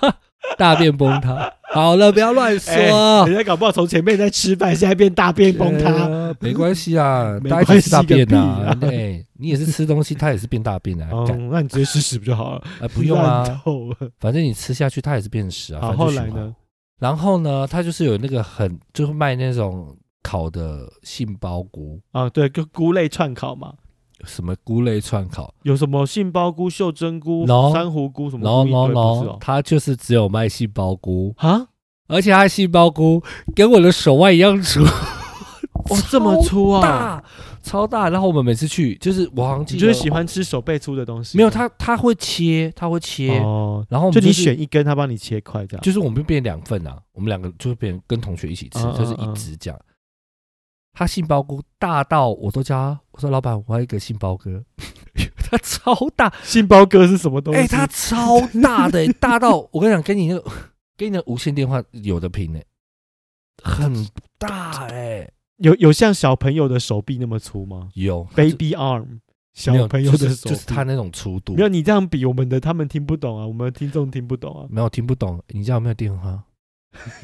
大便崩塌。好了，不要乱哎说，啊人家搞不好从前面在吃饭，现在变大便崩塌，呃没关系啊，没大家一关起吃大系个便屁啊啊，对，你也是吃东西，他也是变大便啊，干嗯，那你直接试试不就好了？啊 不用烂啊，透了反正你吃下去它也是变屎啊。好，反正后就来循环呢？？然后呢，它就是有那个很就是卖那种烤的杏鲍菇，啊，对，跟菇类串烤嘛，什么菇类串烤，有什么杏鲍菇、袖珍菇、 No 珊瑚菇什么然后菇一然后堆然不是后哦？它就是只有卖杏鲍菇，啊，而且它的杏鲍菇跟我的手腕一样粗，哦，这么粗啊！大超大。然后我们每次去，就是我好像记你得就是喜欢吃手背粗的东西？没有它，它会切，它会切，哦，然后我就们你是。选一根，他帮你切块这样。就是我们变两份啊，我们两个就变跟同学一起吃，嗯嗯就是一直这样。他杏鲍菇大到我都叫他，我说老板，我要一个杏鲍哥， 他超大，杏鲍哥是什么东西？哎、他超大的、欸大到我跟你讲，跟你那个跟你那个无线电话有的拼呢、很大哎、有有像小朋友的手臂那么粗吗有？Baby arm，他就没有小朋友的就是手就是他臂。那种粗度，没没有有你这样比我们的，他们听不懂啊，我们听众听不懂啊。听不懂，你家有没有电话？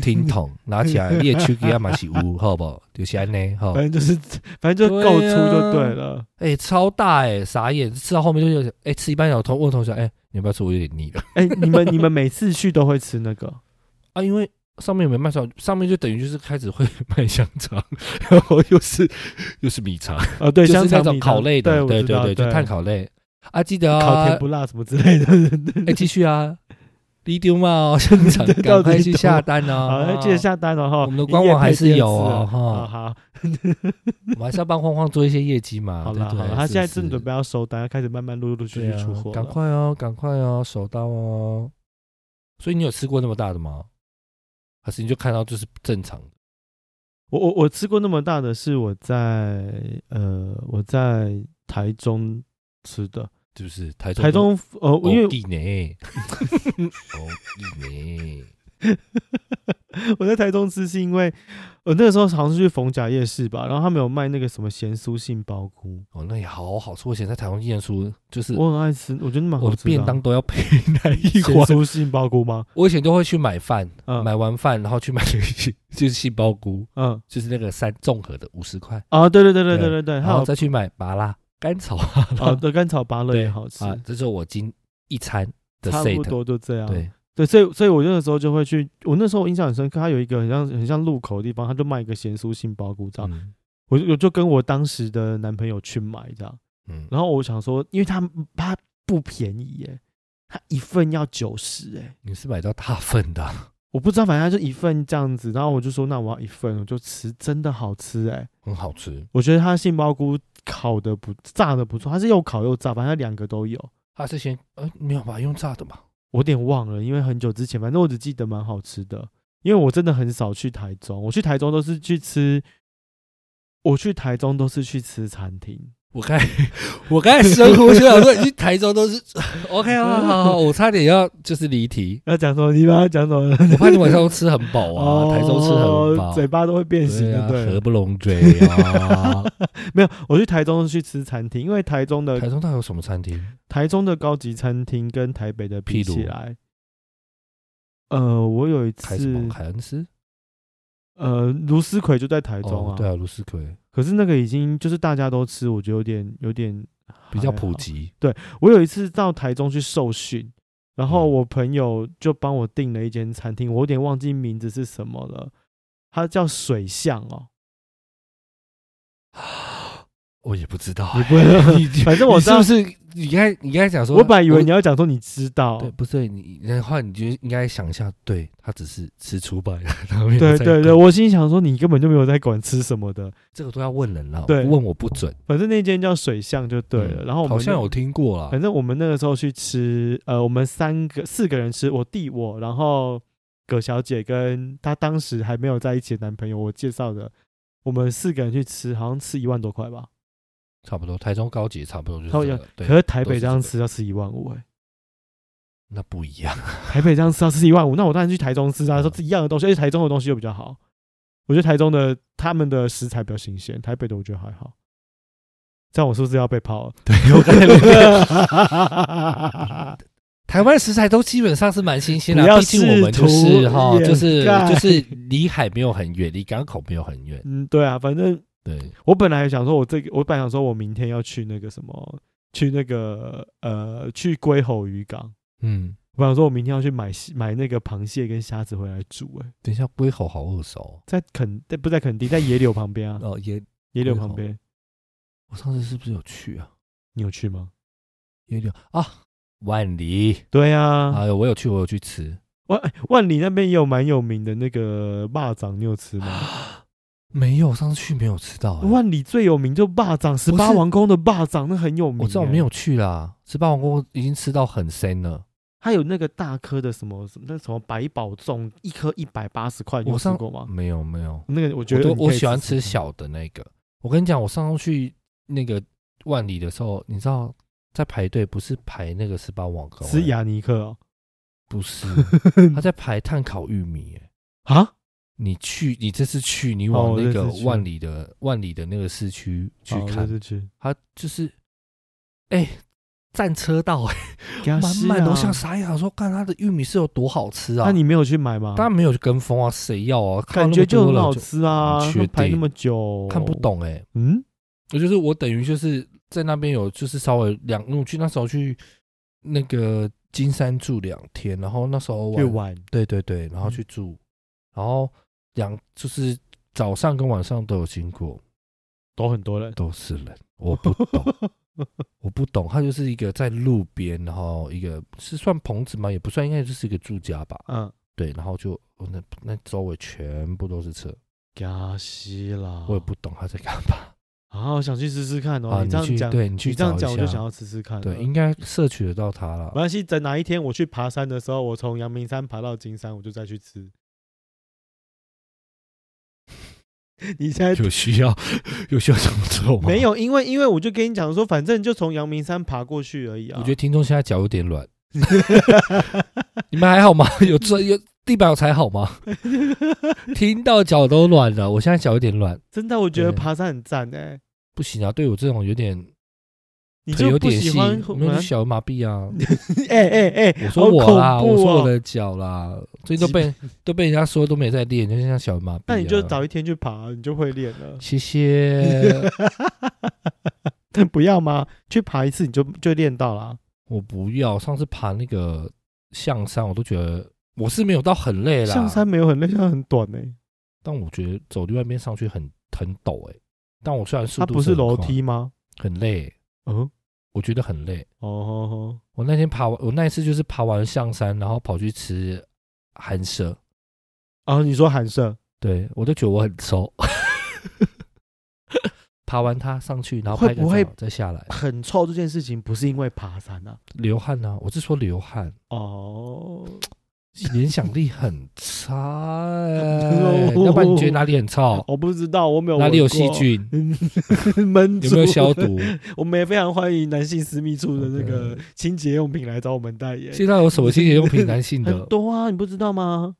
听筒拿起来，你的手机啊嘛是有，好不好？就是安尼，好。反正就是，反正就对够粗就啊对了。哎、超大哎、傻眼！吃到后面就有点，哎、吃一半有同问同学，哎、你要不要吃？我有点腻了哎，你们你们每次去都会吃那个？啊，因为上面有没有卖肠，上面就等于就是开始会 卖香肠，然后又是又是米肠，呃，对， 就香是那肠种米汤烤类的，对我对知道对，就对碳烤类啊，记得烤啊甜，不辣什么之类的。 哎，继、续啊，你丢嘛哦， 香肠，对赶到底快去懂下单 哦，好，那记得下单了哈。我们的官网还是有哦哈啊好好我们还是要帮晃晃做一些业绩嘛， 好对了不好对了，他现在是正不准是备要收单，开始慢慢陆陆续对续啊出货赶了。快哦，赶快哦，手刀哦。所以你有吃过那么大的吗？还是你就看到就是正常的？我我我吃过那么大的是我在呃我在台中吃的，就是台中台中呃哦因为地呢，哦地呢，我在台中吃是因为我那个时候好像是去逢甲夜市吧，然后他们有卖那个什么咸酥杏鲍菇，哦那也好好吃。我以前在台中念书，就是我很爱吃，我觉得蛮我好的吃的便啊。当都要配那一咸碗。酥杏鲍菇吗？我以前都会去买饭，嗯买完饭然后去买 就是杏鲍菇，嗯就是那个三综合的五十块，啊，对对对对对对对对，还然后有再去买麻辣干炒麻啊辣的干炒芭乐也对好吃，啊，这是我今一餐的差不 set。多就这样。对，对，所以所以我那个时候就会去，我那时候印象很深刻，它有一个很像很像路口的地方，它就卖一个咸酥杏鲍菇这样，嗯我就我就跟我当时的男朋友去买这样，嗯，然后我想说，因为它它不便宜耶，它一份要九十哎，你是买到大份 的啊、我不知道，反正它就一份这样子，然后我就说那我要一份，我就吃，真的好吃哎，很好吃。我觉得它杏鲍菇烤的不炸的不错，它是又烤又炸，反正它两个都有。它是先呃没有吧，用炸的吧？我有点忘了，因为很久之前，反正我只记得蛮好吃的。因为我真的很少去台中，我去台中都是去吃，我去台中都是去吃餐厅。我 刚才我刚才深呼吸，我说你去台中都是 OK 好好 好好，我差点要就是离题，要讲什么？你把它讲什 么？我怕你晚上都吃很饱啊， 哦，台中吃很饱，嘴巴都会变形对的，啊，对合了。不拢嘴 啊。没有，我去台中是去吃餐厅，因为台中的台中它有什么餐厅？台中的高级餐厅跟台北的比譬如起来，呃，我有一台什么？次，凯恩斯？呃，卢思奎就在台中哦啊，对啊，卢斯奎可是那个已经就是大家都吃，我觉得有点有点比较还好普。及。我有一次到台中去受训，然后嗯我朋友就帮我订了一间餐厅，我有点忘记名字是什么了，它叫水巷哦，我也不知道你欸，不会 你反正我你知是道不是你刚才你刚才讲说，我本来以为你要讲说你知道，对，不是你你的话，你就应该想一下，对他只是吃出版，然后没有对在对对，管我心想说你根本就没有在管吃什么的，这个都要问人了，对问我不准。反正那间叫水巷就对了。嗯然后我们好像那有听过啦，反正我们那个时候去吃，呃，我们三个四个人吃，我弟我，然后葛小姐跟她当时还没有在一起的男朋友，我介绍的，我们四个人去吃，好像吃一万多块吧。差不多台中高级差不多就是差不这多个。对可是台北都是这样这个 吃要吃一万五哎，那不一 样。台北这样吃要吃一万五，那我当然去台中吃啊，说是一样的东西，而且台中的东西又比较好。我觉得台中的他们的食材比较新鲜，台北的我觉得还好。这样我是不是要被泡 了？ 对，我感觉哈， 台湾食材都基本上是蛮新鲜不要的，毕竟我们就试图是哈，就是掩盖就是离海没有很远，离港口没有很远。嗯，对啊，反正对，我本来想说，我这个我本来想说我明天要去那个什么，去那个呃，去龟吼渔港。嗯，我想说，我明天要去买蟹买那个螃蟹跟虾子回来煮、欸。等一下龟吼好耳熟哦在垦在不在垦丁，在野柳旁边啊，哦，也野柳龟旁吼边，我上次是不是有去啊？你有去吗？有点啊，万里，对啊，哎呦，我有去，我有去吃，万万里那边也有蛮有名的那个霸掌，你有吃啊吗？没有，上次去没有吃到、哎万里最有名就霸掌，十八不是王宫的霸掌，那很有名、我知道我欸没有去啦，吃霸王锅已经吃到很深了。它有那个大颗的什么什么那什么百宝粽，一颗一百八十块，你有我吃上过吗？没有没有，那个我觉我得都你我可以喜欢吃吃看，小的那个。我跟你讲，我上次去那个万里的时候，你知道在排队不是排那个十八网格，吃雅尼克哦 不是，他在排碳烤玉米、哎，啊，你去，你这次去，你哦往我那这个次去万里的、万里的那个市区去好看，这次去，他就是，哎、站车道、哎给它满吃满啊楼下傻眼，我说看他的玉米是有多好吃啊！那你没有去买吗？当然没有跟风啊，谁要啊？看到感那觉么就多很了好就吃啊，嗯确都排那定么久，看不。懂哎、嗯，我就是我等于就是在那边有就是稍微两，因为我去那时候去那个金山住两天，然后那时候去晚玩对对对，然后去住，然后两就是早上跟晚上都有经过，都很多人，都是人，我不 懂，我不懂，它就是一个在路边，然后一个是算棚子吗？也不算，应该就是一个住家吧。嗯，对，然后就哦那那周围全部都是车，加西啦，我也不懂他在干嘛。啊，我想去试试看啊哦。你这你样去讲，对你去这样找讲，一我就下想要试试看了。对，应该摄取得到它了 没。关系，等哪一天我去爬山的时候，我从阳明山爬到金山，我就再去 吃。你现在有需 要有需要这么做吗？没，有，因为因为我就跟你讲说，反正就从阳明山爬过去而已啊。我觉得听众现在脚有点软。 你们还好吗？ 有这有地板有踩好 吗？听到脚都软了，我现在脚有点软， 真的，我觉得对爬山很赞哎、不行啊！对我这种有点你就腿有不点喜细，欢没有小儿麻 痹啊！哎哎哎，我说我啦，好恐我怖哦说我的脚啦，最近都被 都被人家说都没在练，就像小儿麻痹、啊。那你就早一天去爬，你就会练了。谢谢，但不要吗？去爬一次你就就练到啦。我不要。上次爬那个象山，我都觉得我是没有到很累啦，象山没有很累，象山很短哎、但我觉得走另外一边上去很很陡哎、但我虽然速它度不是很楼快，梯吗？很累、嗯，我觉得很累。哦吼吼，我那天爬完，我那一次就是爬完象山，然后跑去吃寒舍，啊，你说寒舍，对我都觉得我很瘦。 爬完它上去，然后会拍个不会照再下来，很臭这件事情不是因为爬山啊，流汗啊！我是说流汗，哦，联想力很 差、哦欸，要不然你觉得哪里很 臭？我不知道，我没有哦哪里闻有过细，菌？ 闷有没有住 消？毒？我们也非常欢迎男性私密处的那个清洁用品来找我们代言，现在有什么清洁用品男 性的很？多啊，你不知道吗？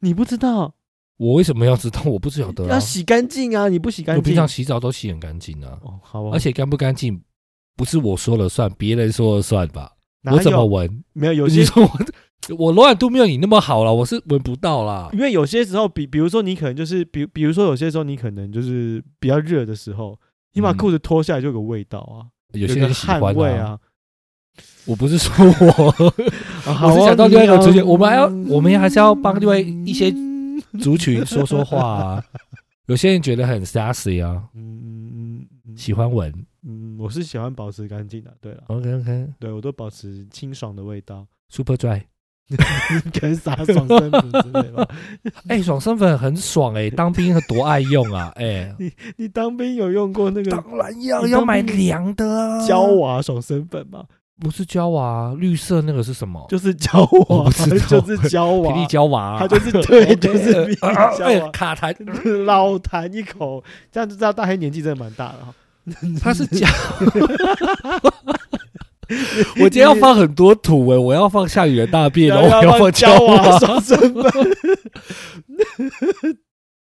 你不知道，我为什么要知道？我不晓得、啊。要洗干净啊！你不洗我干平净，常洗澡都洗很干净啊，哦，好啊，而且干不干净不是我说了算，别人说了算吧。哪我怎么有闻？没有有你些说我 我柔软度没有你那么好了，我是闻不到啦。 因为有些时候，比比如说你可能就是，比比如说有些时候你可能就是比较热的时候，你把嗯裤子脱下来就有个味道啊，有些个人喜汗欢味啊，啊。我不是说我， 好我是啊想到你另外一个要族群我们还要我们还是要帮另外一些嗯族群说说话 啊。有些人觉得很 sexy 啊，嗯嗯嗯喜哦欢闻。嗯，我是喜欢保持干净的，对了， OK OK。对我都保持清爽的味道， Super Dry，跟 啥爽身粉之类的吧。哎、爽身粉很爽 哎、当兵多爱用啊哎、你当兵有用过那个当然要你要当买兵凉的啊，胶娃爽身粉吗？不是胶娃，绿色那个是什么？就是胶哦我娃，不知道就是胶霹雳娃，胶娃啊，它就是 对， OK 就是霹雳呃呃胶哎娃。卡痰，老痰一口，这嗯样就知道大黑年纪真的蛮大的哈。它是胶，我今天要放很多土哎、我要放下雨的大 便，然后我要放放胶娃啊。 双身份，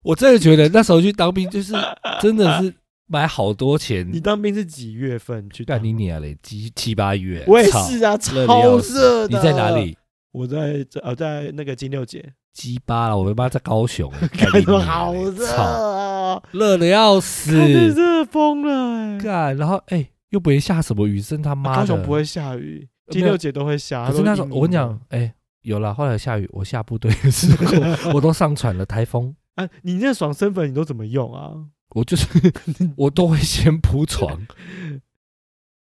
我真的觉得那时候去当兵就是真的是买好多钱，你当兵是几月份去当干？你娘嘞，七七八月，我也操是啊，热得要超死热你的。在哪？里？我在这呃，在那个金六姐，鸡巴了，我他妈在高雄，欸 干感你觉娘好嘞热操，啊，热的要看这死，热疯了欸。干，然后哎、又不会下什么雨，真他妈啊高的。雄不会下雨，呃金没有六姐都会下。可是都那时候阴我跟你影讲，哎、有了，后来下雨，我下部队的时 候，我都上传了台风，啊，你那爽身粉你都怎么用啊？我就是 我都会先铺床，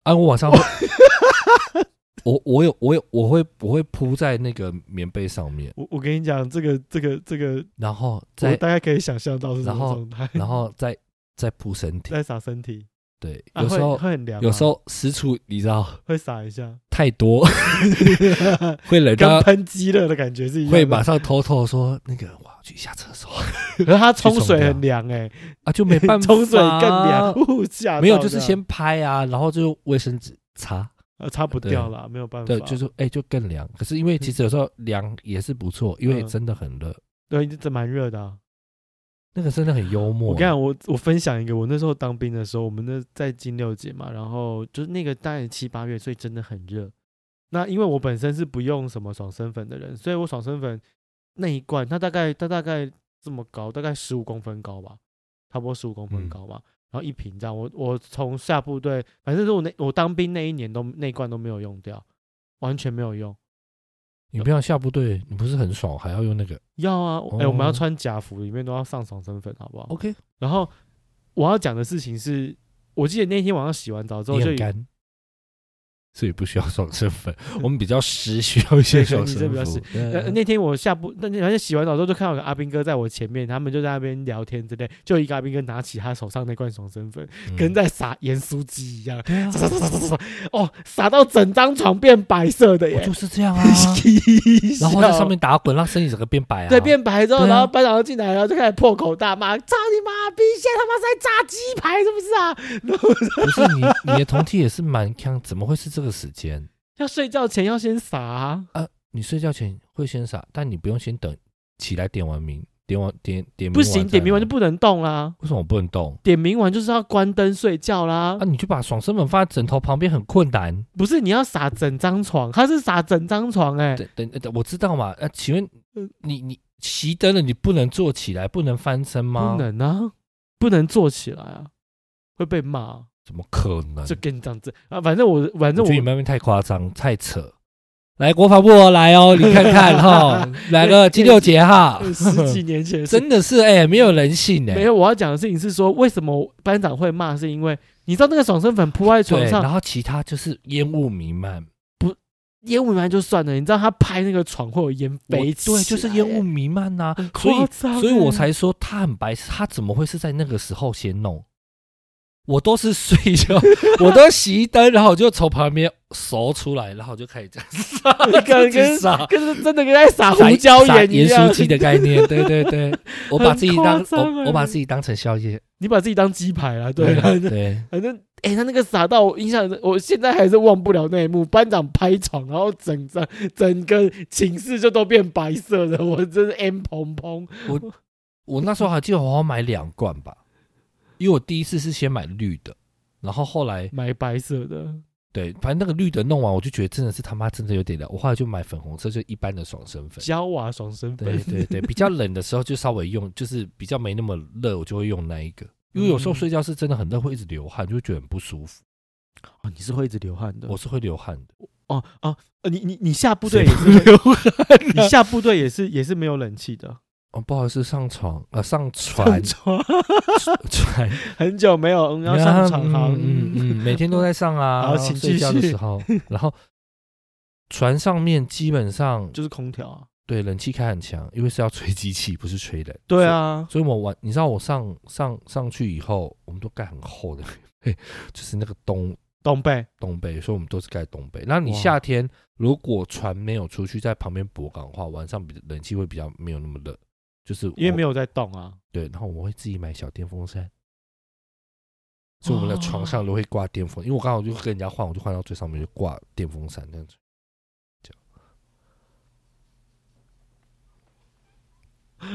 啊，我晚上会 我我有我有我会我会铺在那个棉被上面，我我跟你讲，这个这个这个，然后我再大概可以想象到是什然么后状 态，然后再再铺身体，再撒身体，对，啊有时会候、会很凉吗，有时候私处你知道会撒一 下，太多会冷跟到喷激热的感觉是一样的。会马上偷偷说那个我要去下厕所可是它冲冲水掉很凉哎，啊，就没办 法，冲水更凉， 呜吓到没有，就是这样先拍啊，然后就卫生纸擦，呃擦不掉啦，没有办法，对，就是哎、就更凉。可是因为其实有时候凉也是不错，因为嗯真的很热，对，这蛮热的啊。那个真的很幽默。我跟你讲，我我分享一个，我那时候当兵的时候，我们那在金六节嘛，然后就是那个大概七八月，所以真的很热。那因为我本身是不用什么爽身粉的人，所以我爽身粉那一罐，它大概它大概这么高，大概十五公分高吧，差不多十五公分嗯高吧。然后一瓶这样，我我从下部队，反正是我那我当兵那一年都那一罐都没有用掉，完全没有用。你不要下部队，你不是很爽，还要用那个要啊，哎、我们要哦穿假服，里面都要上爽身粉，好不好？ OK，然后我要讲的事情是，我记得那天晚上洗完澡之后你就很有干，所以不需要爽身粉。 我们比较湿，需要一些爽 对身嗯你这比较湿粉。对呃，那天我下部，那天好像洗完澡之后就看到有个阿兵哥在我前面，他们就在那边聊天之类，就一个阿兵哥拿起他手上那罐爽身粉，嗯跟在撒盐酥鸡一样，对 啊，撒撒撒撒撒撒，哦，撒到整张床变白色的我耶。就，是这样啊 然然后在上面打滚，让身体整个变白啊。 对，变白之后，对啊然后班长就进来，然后就开始破口大骂：“操你妈逼！现在他妈是在炸鸡排是不是啊？”不是你，你的酮体也是蛮强，怎么会是这个时间？要睡觉前要先撒、啊，你睡觉前会先撒，但你不用先等起来点完名，点嗯完点点名不行，点名完就不不能动啦。为什么我不能动点名完就是要关灯睡觉啦啊？，你就把爽身粉放在枕头旁边，很困难。不是你要撒整张床，他是撒整张床哎、等等等，我知道嘛。呃，请问嗯你你熄灯了，你不能坐起来，不能翻身吗？不，能啊，不能坐起来啊，会被骂啊、怎么可能？就跟你讲这啊，反正我反嗯正我觉得你我们那边太夸张，太扯。来，国防部哦来哦，你看 看哈，来个第六节哈，十几年前真的是哎、没有人性哎、没有我要讲的事情是说，为什么班长会骂，是因为你知道那个爽身粉铺在床对，上，然后其他就是烟雾弥漫，烟雾弥漫就算了，你知道他拍那个床会有烟我飞起来对，就是烟雾欸，弥漫呐、很所以夸张所以欸我才说他很白痴，他怎么会是在那个时候先弄？我都是睡觉， 我都熄灯，然后我就从旁边熟出来，然后我 就开始这 样 跟撒，自己撒跟是真的跟在撒撒胡椒撒盐一盐样酥。鸡的 概念，对对对，我把很自己夸当张我我把欸自己当成宵夜， 你把自己当鸡排啦， 对啦，对，反正哎、欸他那个傻到我印象很，我现在还是忘不了那一幕。班长拍床，然后整张整个寝室就都变白色的，我真是 M 砰砰。我那时候还记得我好像买两罐吧，因为我第一次是先买绿的，然后后来买白色的，对，反正那个绿的弄完，我就觉得真的是他妈真的有点凉。我后来就买粉红色，就一般的爽身粉。娇娃爽身 对粉，对对，比较冷的时候就稍微用，就是比较没那么热，我就会用那一个。因为有时候嗯睡觉是真的很热，会一直流汗，就会觉得很不舒服。哦，你是会一直流汗的。我是会流汗的，哦哦，呃你你你下部队也谁是啊会，流汗你下部队也是也是没有冷气 的，哦，不好意思，上床呃，上船上 床 船，很久没有，嗯，要上床哈，嗯嗯嗯嗯，每天都在上啊。好然后请 睡继觉的续时候，然后船上面基本上 就是空调啊，对冷气开很强，因为是要吹机器，不是吹人。对啊，所以，所以我晚，你知道我上上上去以后，我们都盖很厚的， 嘿就是那个冬东北冬被，所以我们都是盖冬被。那你哇夏天如果船没有出去，在旁边泊港的话，晚上比冷气会比较没有那么热，就是因为没有有在动啊， 对。然后我会自己买小电风扇，所以我们的床上都会挂电风，因为我刚好就跟人家换，我就换到最上面就挂电风扇这样子。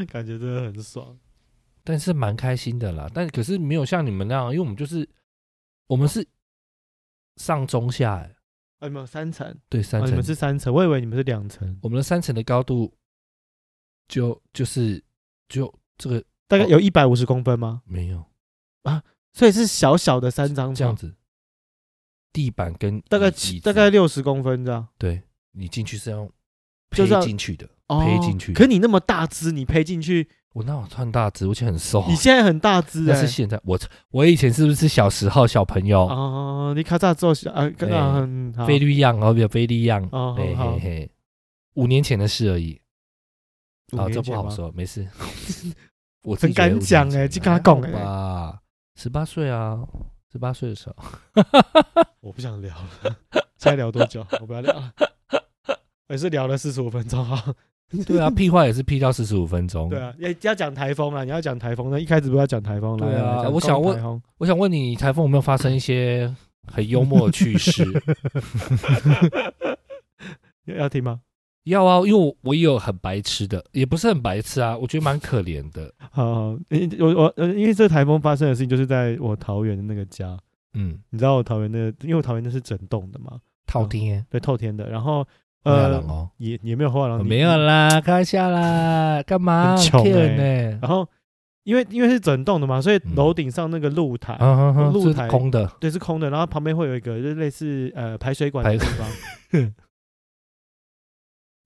感觉真的很爽。但是蛮开心的啦。但可是没有像你们那样，因为我们就是我们是上中下、欸，啊，你们有三层，对三哦你层嗯们，是三层，我以为你们是两层，我们的三层的高度就就是就这个大概有一百五十公分吗？没有所以是小小的三张这床，样子，地板跟大概椅子大概六十公分这样。对你进去是要就配是要进去的，哦配进去可你那么大只，你配进去，我那我穿大只，我以前很瘦，你现在很大只哦 那哎、是现在我我以前是不是小时候小朋友、哦，你咔嚓之后小啊，对啊很好菲律宾哦，比菲律宾，哦，哎嘿很好嘿，嘿，五年前的事而已，五啊，年这不前好吗。说，没事。我很敢讲欸就跟他讲欸哎吧，十八岁啊，十八岁 的时候，我不想聊了， 再聊多久？我不要聊 了，也是聊了四十五分钟啊。对啊，屁话也是屁到四十五分钟。对，啊，要要讲台风了，你要讲台风，那一开始不要讲台风了。对啊来来讲我想问台风我想问你，台风有没有发生一些很幽默的趣事？要要听吗？要啊，因为我我也有很白痴的，也不是很白痴啊，我觉得蛮可怜的。好，好因我我呃因为这台风发生的事情就是在我桃园的那个家，嗯，你知道我桃园的，因为我桃园那是整栋的嘛，套丁对，透天的。然后呃呃，，也也没有后来廊，我哦没有啦，开玩 笑啦，干嘛？很穷欸 care 呢？然后因为因为是整栋的嘛，所以嗯楼顶上那个露台、啊哈哈，露这是台空的，对是空的，然后旁边会有一个就是类似呃排水管的地排方。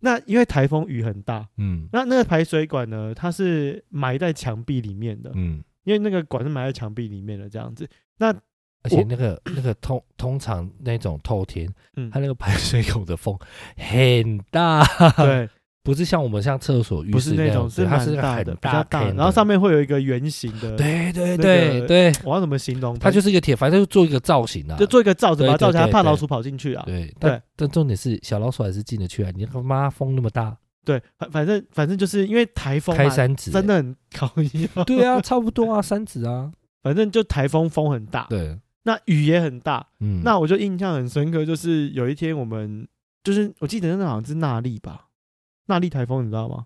那因为台风雨很大， 嗯那那个排水管呢，它是埋在墙壁里面的，嗯，因为那个管是埋在墙壁里面的这样子。那而且我那个那个通通常那种透天， 嗯它，那个排水孔的风很大， 对，不是像我们像厕所浴不室是那样种子是它是蛮大很的，比大较片大，的然后上面会有一个圆形的，对对那对个对，我要怎么形容？它就是一个铁，反正就做一个造型啊，就做一个罩子对把它罩起来，对对怕对老鼠跑进去啊。对，但但重点是小老鼠还是进得去啊，你他妈风那么大，对，反反正反正就是因为台风嘛开山子欸真的很高一样。对啊，差不多啊，三指啊，反正就台风风很大，对，那雨也很大。嗯，那我就印象很深刻，就是有一天我们就是我记得那好像是纳莉吧，纳莉台风你知道吗？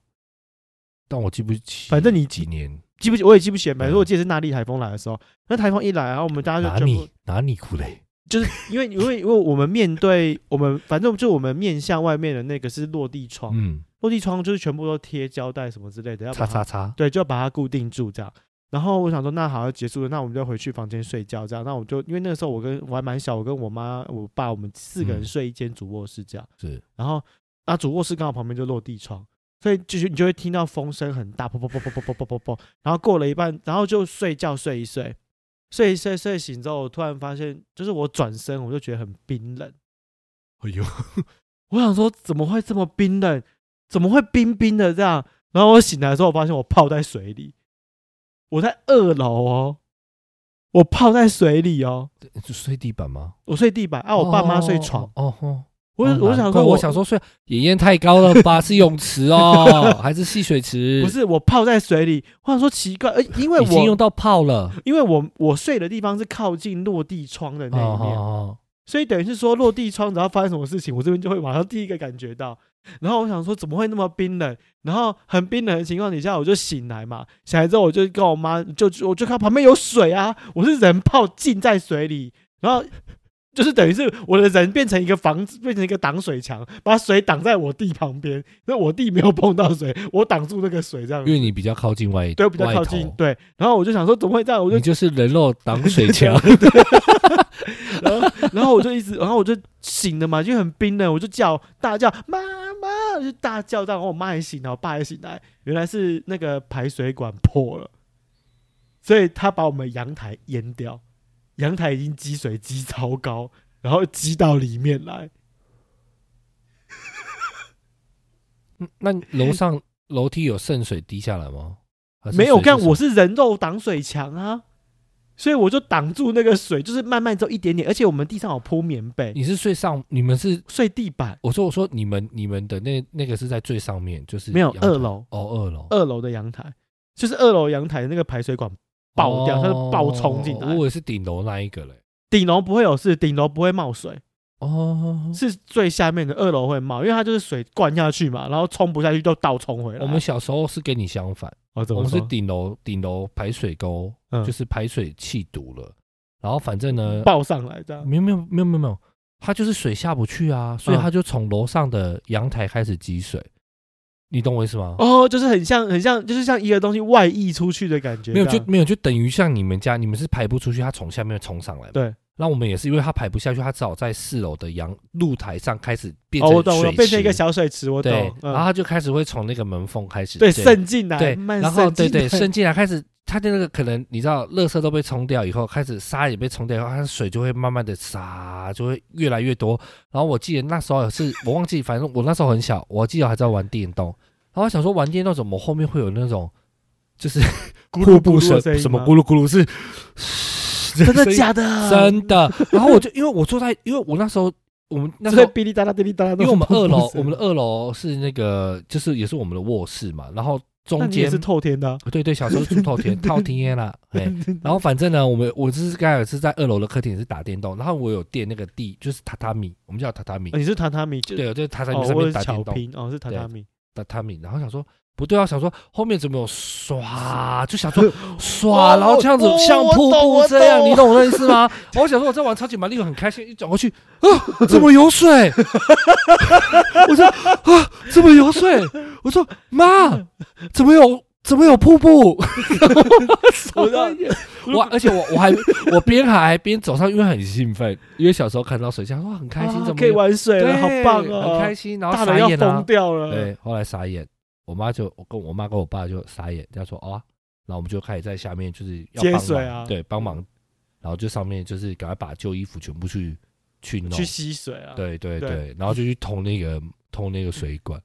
但我记不起，反正你几年记不起我也记不起来，反正嗯我记得是纳莉台风来的时候，那台风一来，然后我们大家哪就全部里哪里苦嘞，就是因为因为因为我们面对我们反正就我们面向外面的那个是落地窗，嗯，落地窗就是全部都贴胶带什么之类哦的，要把叉它叉叉，对，就把它固定住这样。然后我想说，那好，要结束了，那我们就回去房间睡觉这样。那我就因为那个时候我跟我还蛮小，我跟我妈、我爸，我们四个人嗯睡一间主卧室这样。是，然后那主卧室刚好旁边就落地窗，所以就是你就会听到风声很大，砰砰砰砰砰砰砰砰砰。然后过了一半，然后就睡觉睡一睡，睡一睡睡醒之后，我突然发现，就是我转身我就觉得很冰冷。哎呦， 我想说，怎么会这么冰冷？怎么会冰冰的这样？然后我醒来的时候，我发现我泡在水里，我在二楼哦，我泡在水里哦，就睡地板吗？我睡地板，啊，我爸妈睡床，哦哦，我、哦我难想怪说我想说睡野烟太高了吧？是泳池哦，还是戏水池？不，是我泡在水里，我想说奇怪，呃，因为已经用我到泡了。因为我我睡的地方是靠近落地窗的那哦一面，哦所以等于是说落地窗只要发生什么事情，我这边就会马上第一个感觉到。然后我想说怎么会那么冰冷？然后很冰冷的情况底下，我就醒来嘛。醒来之后，我就跟我妈就就我就看旁边有水啊，我是人泡浸在水里，然后就是等于是我的人变成一个房子，变成一个挡水墙，把水挡在我弟旁边。那我弟没有碰到水，我挡住那个水这样哦，因。为你比较靠近外，对，我比较靠近外头，对。然后我就想说怎么会这样？我就你就是人肉挡水 墙。然后然后我就一直，然后我就醒了嘛，就很冰冷，我就叫大叫妈妈，就大叫这样，然后我妈也醒了，我爸也醒来，原来是那个排水管破了，所以他把我们阳台淹掉，阳台已经积水积超高，然后积到里面来，嗯那楼上楼梯有渗水滴下来吗？还是没有水干，是什么我是人肉挡水墙啊。所以我就挡住那个水，就是慢慢之后一点点，而且我们地上有铺棉被，你是睡上，你们是睡地板我说我说你们你们的那那个是在最上面，就是没有阳台二楼，哦二楼二楼的阳台，就是二楼阳台那个排水管爆掉，它是爆冲进哦来我以。为是顶楼那一个嘞。顶楼不会有事，顶楼不会冒水，啊哦，是最下面的二楼会冒，因为它就是水灌下去嘛，然后冲不下去就倒冲回来。我们小时候是跟你相反，哦，怎我么们是说顶楼顶楼排水沟，嗯就是排水气堵了，然后反正呢，爆上来这样？没有没有没有没有没有，它就是水下不去啊，所以嗯它就从楼上的阳台开始积水，你懂我意思吗？哦，就是很像很像，就是像一个东西外溢出去的感觉这没有样。就没有就等于像你们家，你们是排不出去，它从下面冲上来嘛。对，那我们也是因为它排不下去，它只好在四楼的阳露台上开始变哦，成我懂，我懂水池，变成一个小水池，我懂对，。嗯然后它就开始会从那个门缝开始对对渗进来，对，慢然后渗进对来对渗进来，开始它的那个可能你知道，垃圾都被冲掉以后，开始沙也被冲掉以后，它的水就会慢慢的沙就会越来越多。然后我记得那时候也是我忘记，反正我那时候很小，我记得我还在玩电动，然后想说玩电动怎么后面会有那种就是 咕噜瀑咕布噜的声声音什么吗咕噜咕噜是 真的声音假的？真的。然后我就因为我坐在，因为我那时候我们那就时在候，哔哩哒啦哔哩哒啦，因因为我们 二楼，我们的二楼是那个就是也是我们的卧室嘛，然后中间是透天的啊，对对，小时候住 透天套天啦，哎，然后反正呢，我们我就是刚好是在二楼的客厅也是打电动，然后我有垫那个地，就是榻榻米，我们叫榻榻米呃，你是榻榻米，就对，我就榻榻哦米，上我面是打电巧动，拼，哦，是榻榻米，榻榻米，然后想说不对啊，想说后面怎么有刷，就想说 刷，然后这样子哦像我瀑懂布我这样，懂你懂我的意思 吗？我想说我在玩超级玛丽，我很开心，一转过去啊，怎么有水？ 我说啊，怎么有水？我说妈，怎么有怎么有瀑布？我知道 我而且我我还我边还边走上，因为很兴奋，因为小时候看到水，想说哇很 开心，啊怎么可以有玩水了，对，好棒很哦，开心，然后大傻人要眼啊疯，掉了，对，后来傻眼，我妈就我跟我妈跟我爸就傻眼，这样说哦啊，然后我们就开始在下面就是要接帮忙水啊对，帮忙，然后就上面就是赶快把旧衣服全部去去弄，去吸水啊，对对对对，然后就去通那个通那个水 管，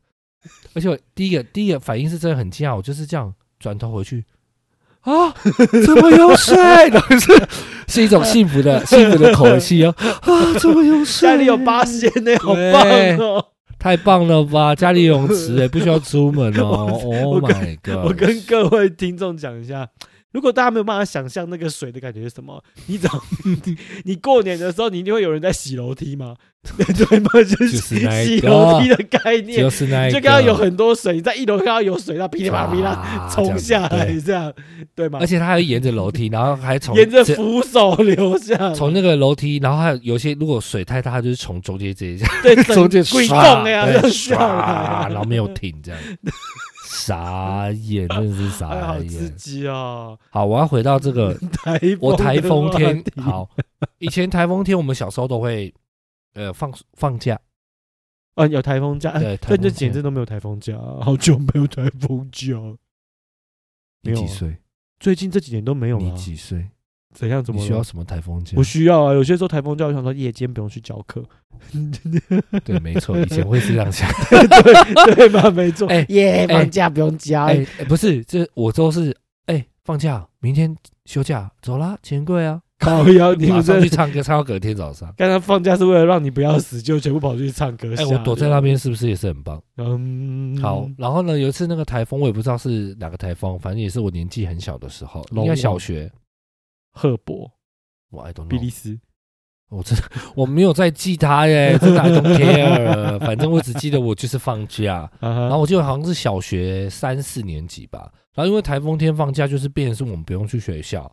而且我第一个第一个反应是真的很惊讶，我就是这样转头回去。 啊，怎么有水？ 然后是是一种幸福的幸福的口 气哦。啊，怎么有水？家里有八仙呢，好棒哦！太棒了吧！家里有泳池哎，不需要出门哦。 我 oh my 我 god！跟各位听众讲一下，如果大家没有办法想象那个水的感觉是什么，你 找你过年的时候，你一定会有人在洗楼梯嘛， 对吗？就是就是那洗一个哦楼梯的概念就，是那一就个，刚刚有很多水，你在一楼看到有水，那噼里啪啦噼里啪啦啦冲下来，对这样对吗而？且他还沿着楼梯，然后还从沿着这扶手流下来，从那个楼梯，然后还有有些如果水太大，他就是从中间这一下， 对 中间哎贵重唰的呀，对这样唰下来，然后没有停这样，傻眼，真的是哎呀，傻好刺眼。激哦！好，我要回到这 个台风，我台风天，好，以前台风天我们小时候都会呃放放假，嗯，有台风假，哎对，台 但风这几年天真的没有台风假，好久没有台风假，没你有几啊岁？最近这几年都没有你了。几岁？怎样？怎你么需要了？什么台风假不？需要啊，有些时候台风假，我想说夜间不用去教 课，对，没 错，以前会是这样想。对对吧？没错，哎夜哎放假不用加，哎、哎不是，这我都是哎、放假，明天休假，走啦，钱柜啊，靠腰，你马们上这去唱歌，唱到隔天早上。刚才放假是为了让你不要死，就全部跑去唱歌。哎、我躲在那，边是不是也是很棒？嗯，好，然后呢，有一次那个台风，我也不知道是哪个台风，反正也是我年纪很小的时候，应龙该王小学，赫伯、我 I don't 比利 know，时，我真的我没有在记它 耶，真的 I don't care，反正我只记得我就是放假，然然后我记得好像是小学三四年级吧。然后因为台风天放假，就是变成是我们不用去学校，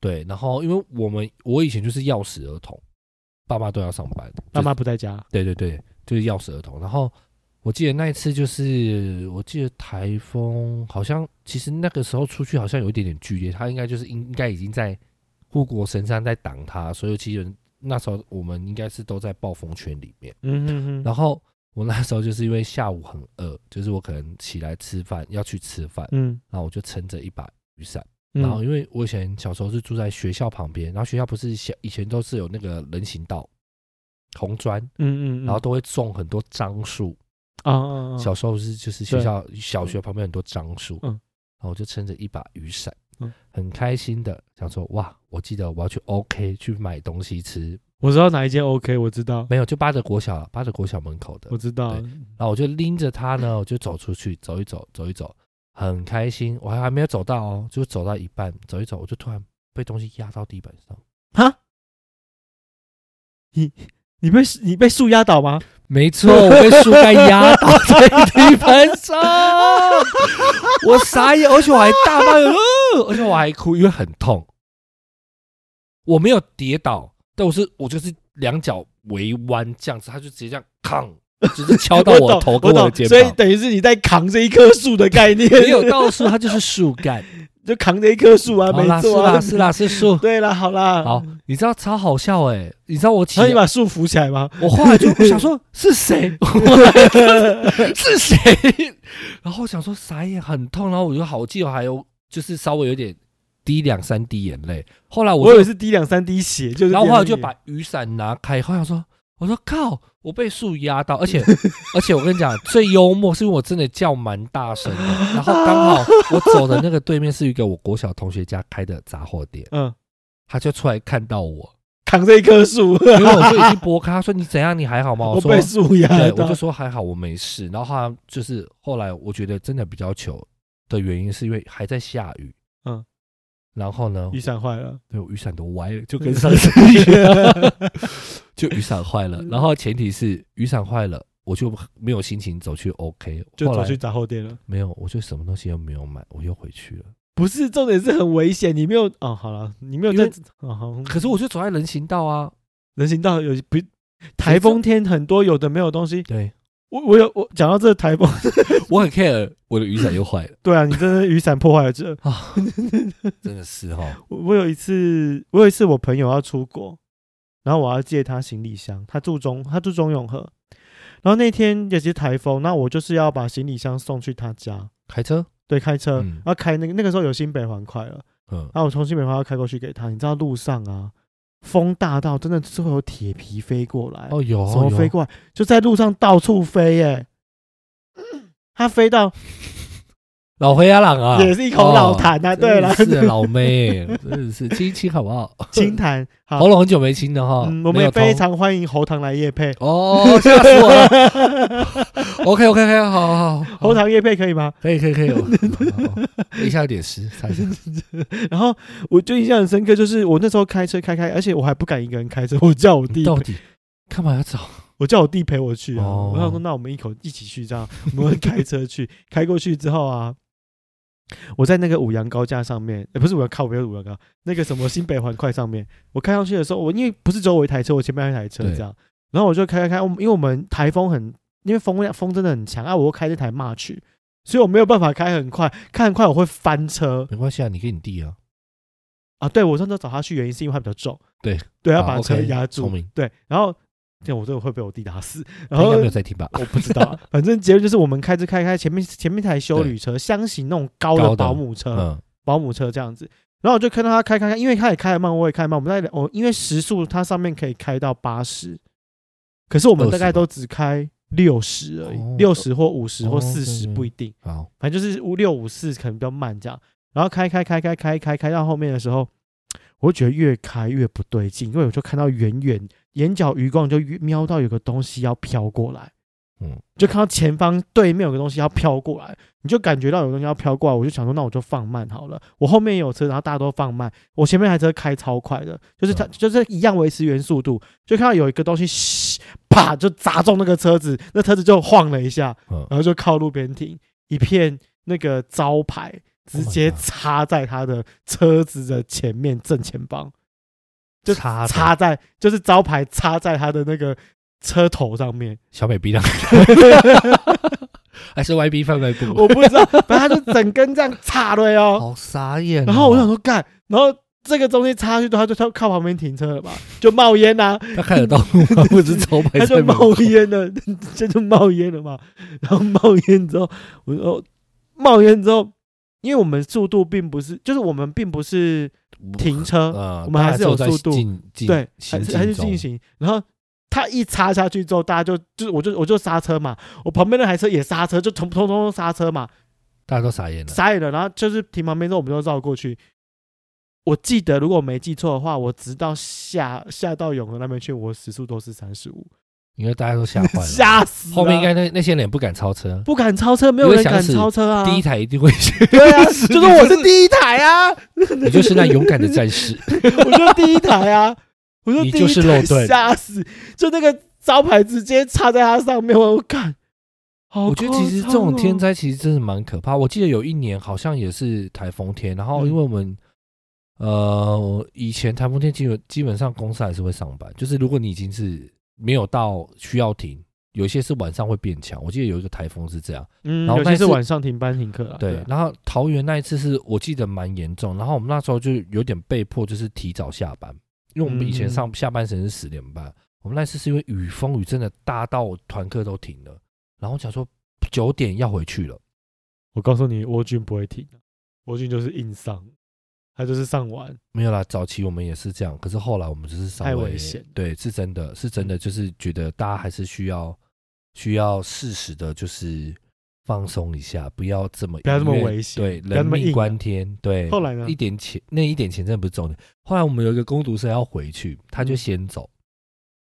对。然后因为我们我以前就是钥匙儿童，爸妈都要上班，爸就妈不在家，对对对，就是钥匙儿童。然后我记得那一次就是，我记得台风好像其实那个时候出去好像有一点点剧烈，它应该就是应该已经在护国神山在挡它，所以其实那时候我们应该是都在暴风圈里面。嗯哼哼，然后我那时候就是因为下午很饿，就是我可能起来吃饭要去吃饭，嗯，然后我就撑着一把雨伞。嗯然后因为我以前小时候是住在学校旁边，然后学校不是小以前都是有那个人行道、红砖，嗯嗯，嗯然后都会种很多樟树。啊啊啊，小时候是就是学校小学旁边很多樟树，嗯然后我就撑着一把雨伞，嗯很开心的想说哇，我记得我要去 OK 去买东西吃，我知道哪一间 OK，我知道，没有就巴德国小巴德国小门口的嗯我，知道对，然后我就拎着它呢，我就走出去走一走，走一走，很开心，我还还没有走到哦，就走到一半，走一走，我就突然被东西压到地板上，哈，你你被你被树压倒吗？没错，我被树干压倒在地板上，我傻眼，而且我还大骂，呃而且我还哭，因为很痛。我没有跌倒，但我是我就是两脚微弯这样子，他就直接这样扛，就是敲到我懂的头跟我我的懂，肩所以膀。等于是你在扛着一棵树的概念，没有到树，它就是树干。就扛着一棵树 啊，好没啦，是错啊啦，，是啦，是树。对啦，好啦，好，你知道超好笑哎、你知道我起所以，你把树扶起来吗？我后来就想说 是谁，是谁，然后我想说傻眼很痛，然后我就好我记得我还有就是稍微有点滴两三滴眼泪。后来我我以就，为是滴两三滴血，就是然后变后来成就你把雨伞拿开，后来想说我说靠，我被树压到，而且而且我跟你讲最幽默是因为我真的叫蛮大声的，然后刚好我走的那个对面是一个我国小同学家开的杂货店，嗯他就出来看到我。扛着一棵树，因为我就已经拨开，他说你怎样，你还好吗？我说被树压 对，我到就，说还好，我没事。然后他就是后来我觉得真的比较糗的原因，是因为还在下雨，嗯，然后呢，雨伞坏了，对我雨伞都歪了，就 跟上次一样，就雨伞坏嗯了。然后前提是雨伞坏了，我就没有心情走去 OK，就后走来去杂货店了。没有，我就什么东西都没有买，我又回去了。不是，重点是很危险，你没有哦，好了，你没有因为在哦，好，可是我就走在人行道啊，人行道有不台风天很多有的没有东西，对我我有我讲到这个台风， 我很 care，我的雨伞又坏了对啊，你真的雨伞破坏了这。啊，真的是哦。我我有一次，我有一次我朋友要出国，然后我要借他行李箱，他住中他住中永和，然后那天也是台风，那我就是要把行李箱送去他家，开车，对，开车，嗯然后开那个那个时候有新北环快了， 嗯，然后我从新北环要开过去给他，你知道路上啊，风大到真的是会有铁皮飞过来，哦有，什么有飞过来，就在路上到处飞耶、他飞到老灰阿郎啊，也是一口老痰啊，哦对了，真的是老妹，真的是亲一亲好不好？清谈好喉，咙很久没清了哈，嗯，我们没有也非通常欢迎喉糖来夜配，哦，吓死我了。OK OK OK，好好好，喉糖夜配可以吗？ 可以可以可以，我好一下有点湿，擦一下然后我就印象很深刻，就是我那时候开车开开，而且我还不敢一个人开车，我叫我弟，到底干嘛要找？我叫我弟陪我去啊。哦我想说，那我们一口一起去，这样我们开车去，开过去之后啊，我在那个五羊高架上面，呃不是我要靠，不是五羊高，那个什么新北环快上面，我开上去的时候，我因为不是只有我一台车，我前面还有一台车对这样，然后我就开开开，我们因为我们台风很，因为风量风真的很强啊，我又开这台 March，所以我没有办法开很快，开很快我会翻车。没关系啊，你跟你弟啊，啊，对我上周找他去，原因是因为他比较重，对对，要啊把车 OK，压住，聪明对，然后这样我这个会被我弟打死，他然后应该没有在听吧？ 我不知道，反正结论就是我们开车开开，前面前面台修旅车，箱型那种高高的的保姆车，嗯，保姆车这样子，然后我就看到他开开开，因为他也开得慢，我也开得慢，我们在聊我因为时速它上面可以开到八十，可是我们大20吗概都只开六十而已哦，六十或五十或哦四十对对不一定。好，反正就是五六五四可能比较慢这样。然后开开开开开开开到后面的时候，我就觉得越开越不对劲，因为我就看到远远眼角余光就瞄到有个东西要飘过来，嗯嗯，就看到前方对面有个东西要飘过来，你就感觉到有东西要飘过来，我就想说那我就放慢好了。我后面也有车，然后大家都放慢，我前面台车开超快的，就是它嗯就是一样维持原速度，就看到有一个东西嘘啪就砸中那个车子，那车子就晃了一下，嗯，然后就靠路边停，一片那个招牌直 Oh my 接 God 插在他的车子的前面正前方，就插着插在就是招牌插在他的那个车头上 面，小美逼的，还是 YB 贩卖部，我不知道，反正他就整根这样插对哦。好傻眼哦。然后我就想说干，然后这个东西插下去，他就他靠旁边停车了吧，就冒烟啊呐、他看得到路吗？我只是招牌他在就门冒口烟了， 这就冒烟了嘛。然后冒烟之后，我就哦冒烟之后，因为我们速度并不是，就是我们并不是停车，呃，我们还是有大家都在速度进进对，还行是还是中进行。然后他一插下去之后，大家就就我就我就刹车嘛，我旁边那台车也刹车，就通通通刹车嘛，大家都傻眼了。傻眼了。然后就是停旁边之后，我们就绕过去。我记得，如果我没记错的话，我直到下下到永和那边去，我时速都是三十五。因为大家都吓坏了。吓死了！后面应该那那些人也不敢超车，不敢超车，没有人敢超车啊。第一台一定会先，对 啊，就是我是第一台啊，你就是那勇敢的战士。我说第一台啊，我说你第就一 是台肉盾吓死！就那个招牌直接插在它上面，我干。 好我觉得其实这夸张种哦天灾其实真的蛮可怕。我记得有一年好像也是台风天，然嗯后因为我们、呃以前台风天基本基本上公司还是会上班，就是如果你已经是没有到需要停，有一些是晚上会变强。我记得有一个台风是这样，嗯，然后有那些是次晚上停班停课啊，对。然后桃园那一次是我记得蛮严重，然后我们那时候就有点被迫就是提早下班，因为我们以前嗯上、下班时间是十点半，我们那次是因为雨风雨真的大到我团课都停了，然后想说九点要回去了。我告诉你，沃俊不会停，啊沃俊就是硬上，他就是上完。没有啦，早期我们也是这样，可是后来我们就是稍微太危险嗯对，是真的是真的，就是觉得大家还是需要需要适时的，就是放松一下，不要这么不要这么因为危险对，不要人这么硬啊命关天，对。后来呢一？点钱，那一点钱真的不是重点。后来我们有一个工读生要回去，他嗯就先走，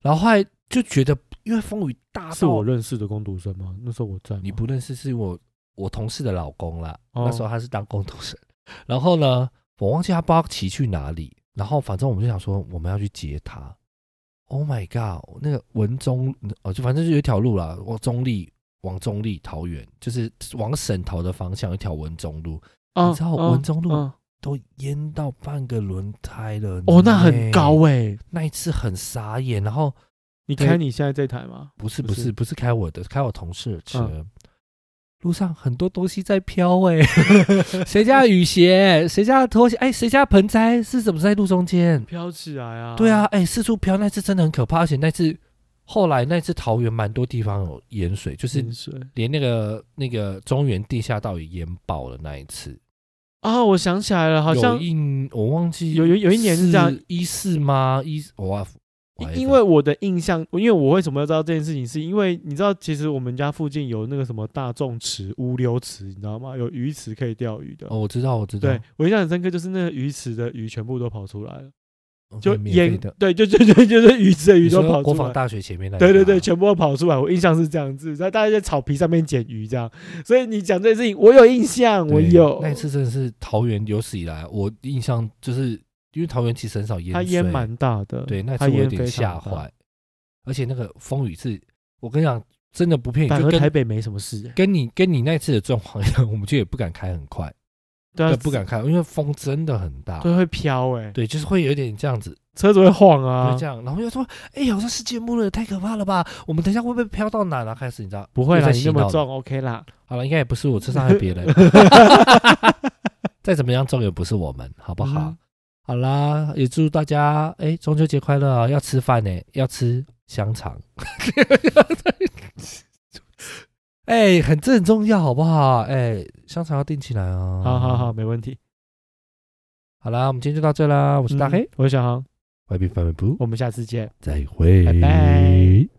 然后后来就觉得，因为风雨大是我到认识的工读生吗？那时候我在吗，你不认识，是我我同事的老公啦，哦那时候他是当工读生，然后呢，我忘记他不知道骑去哪里，然后反正我们就想说我们要去接他。Oh my god！那个文中哦，就反正就有一条路啦，往中立往中立桃园，就是往省桃的方向有一条文中路，啊你知道啊文中路啊都淹到半个轮胎了。哦，那很高哎，哎、那一次很傻眼。然后你对开你现在这台吗？不是不不是是不是开我的，开我同事的车。嗯路上很多东西在飘 哎、谁家的雨鞋，谁家的拖鞋，哎，谁家的盆栽是怎么在路中间？飘起来啊！对啊，，哎，四处飘，那次真的很可怕，而且那次后来那次桃园蛮多地方有淹水，就是是水连那个那个中原地下道也淹爆了那一次。啊！我想起来了，好像有一我忘记有有有一年是这样一四吗？一我我因为我的印象，因为我为什么要知道这件事情，是因为你知道，其实我们家附近有那个什么大众池、乌溜池，你知道吗？有鱼池可以钓鱼的。哦，我知道我知道对，我印象很深刻，就是那个鱼池的鱼全部都跑出来了，嗯就免费淹的，对，就就就就是鱼池的鱼你都说跑国出防来。大学前面那一啊对对趴对，全部都跑出来，我印象是这样子，然后大家在草皮上面捡鱼这样，所以你讲这件事情，我有印象，我对有。那一次真的是桃园有史以来我印象就是因为桃园其实很少淹它水烟蛮大的，对，那次它我有烟点非吓常大。坏，而且那个风雨是，我跟你讲，真的不骗你，反就而台跟北没什么事、欸，跟你跟你那次的状况一样，我们就也不敢开很快，对啊对，，不敢开，因为风真的很大，对，会飘哎、对，就是会有点这样子，车子会晃就啊这，样，然后又说，哎、呀，好像世界末日，太可怕了吧？我们等一下会不会飘到哪？然后开始你知道，不会又啦，在你洗那么脑重，OK 啦。好了，应该也不是我，车上还有别 人。 再怎么样重也不是我们，好不好？嗯好啦，也祝大家哎中秋节快乐啊！要吃饭呢、要吃香肠。 哎、很这很重要，好不好？哎、香肠要订起来哦。好好好，，没问题。好啦，我们今天就到这啦。我嗯我是大黑，，我是小航，外边翻面不，我们下次见。再会，拜拜。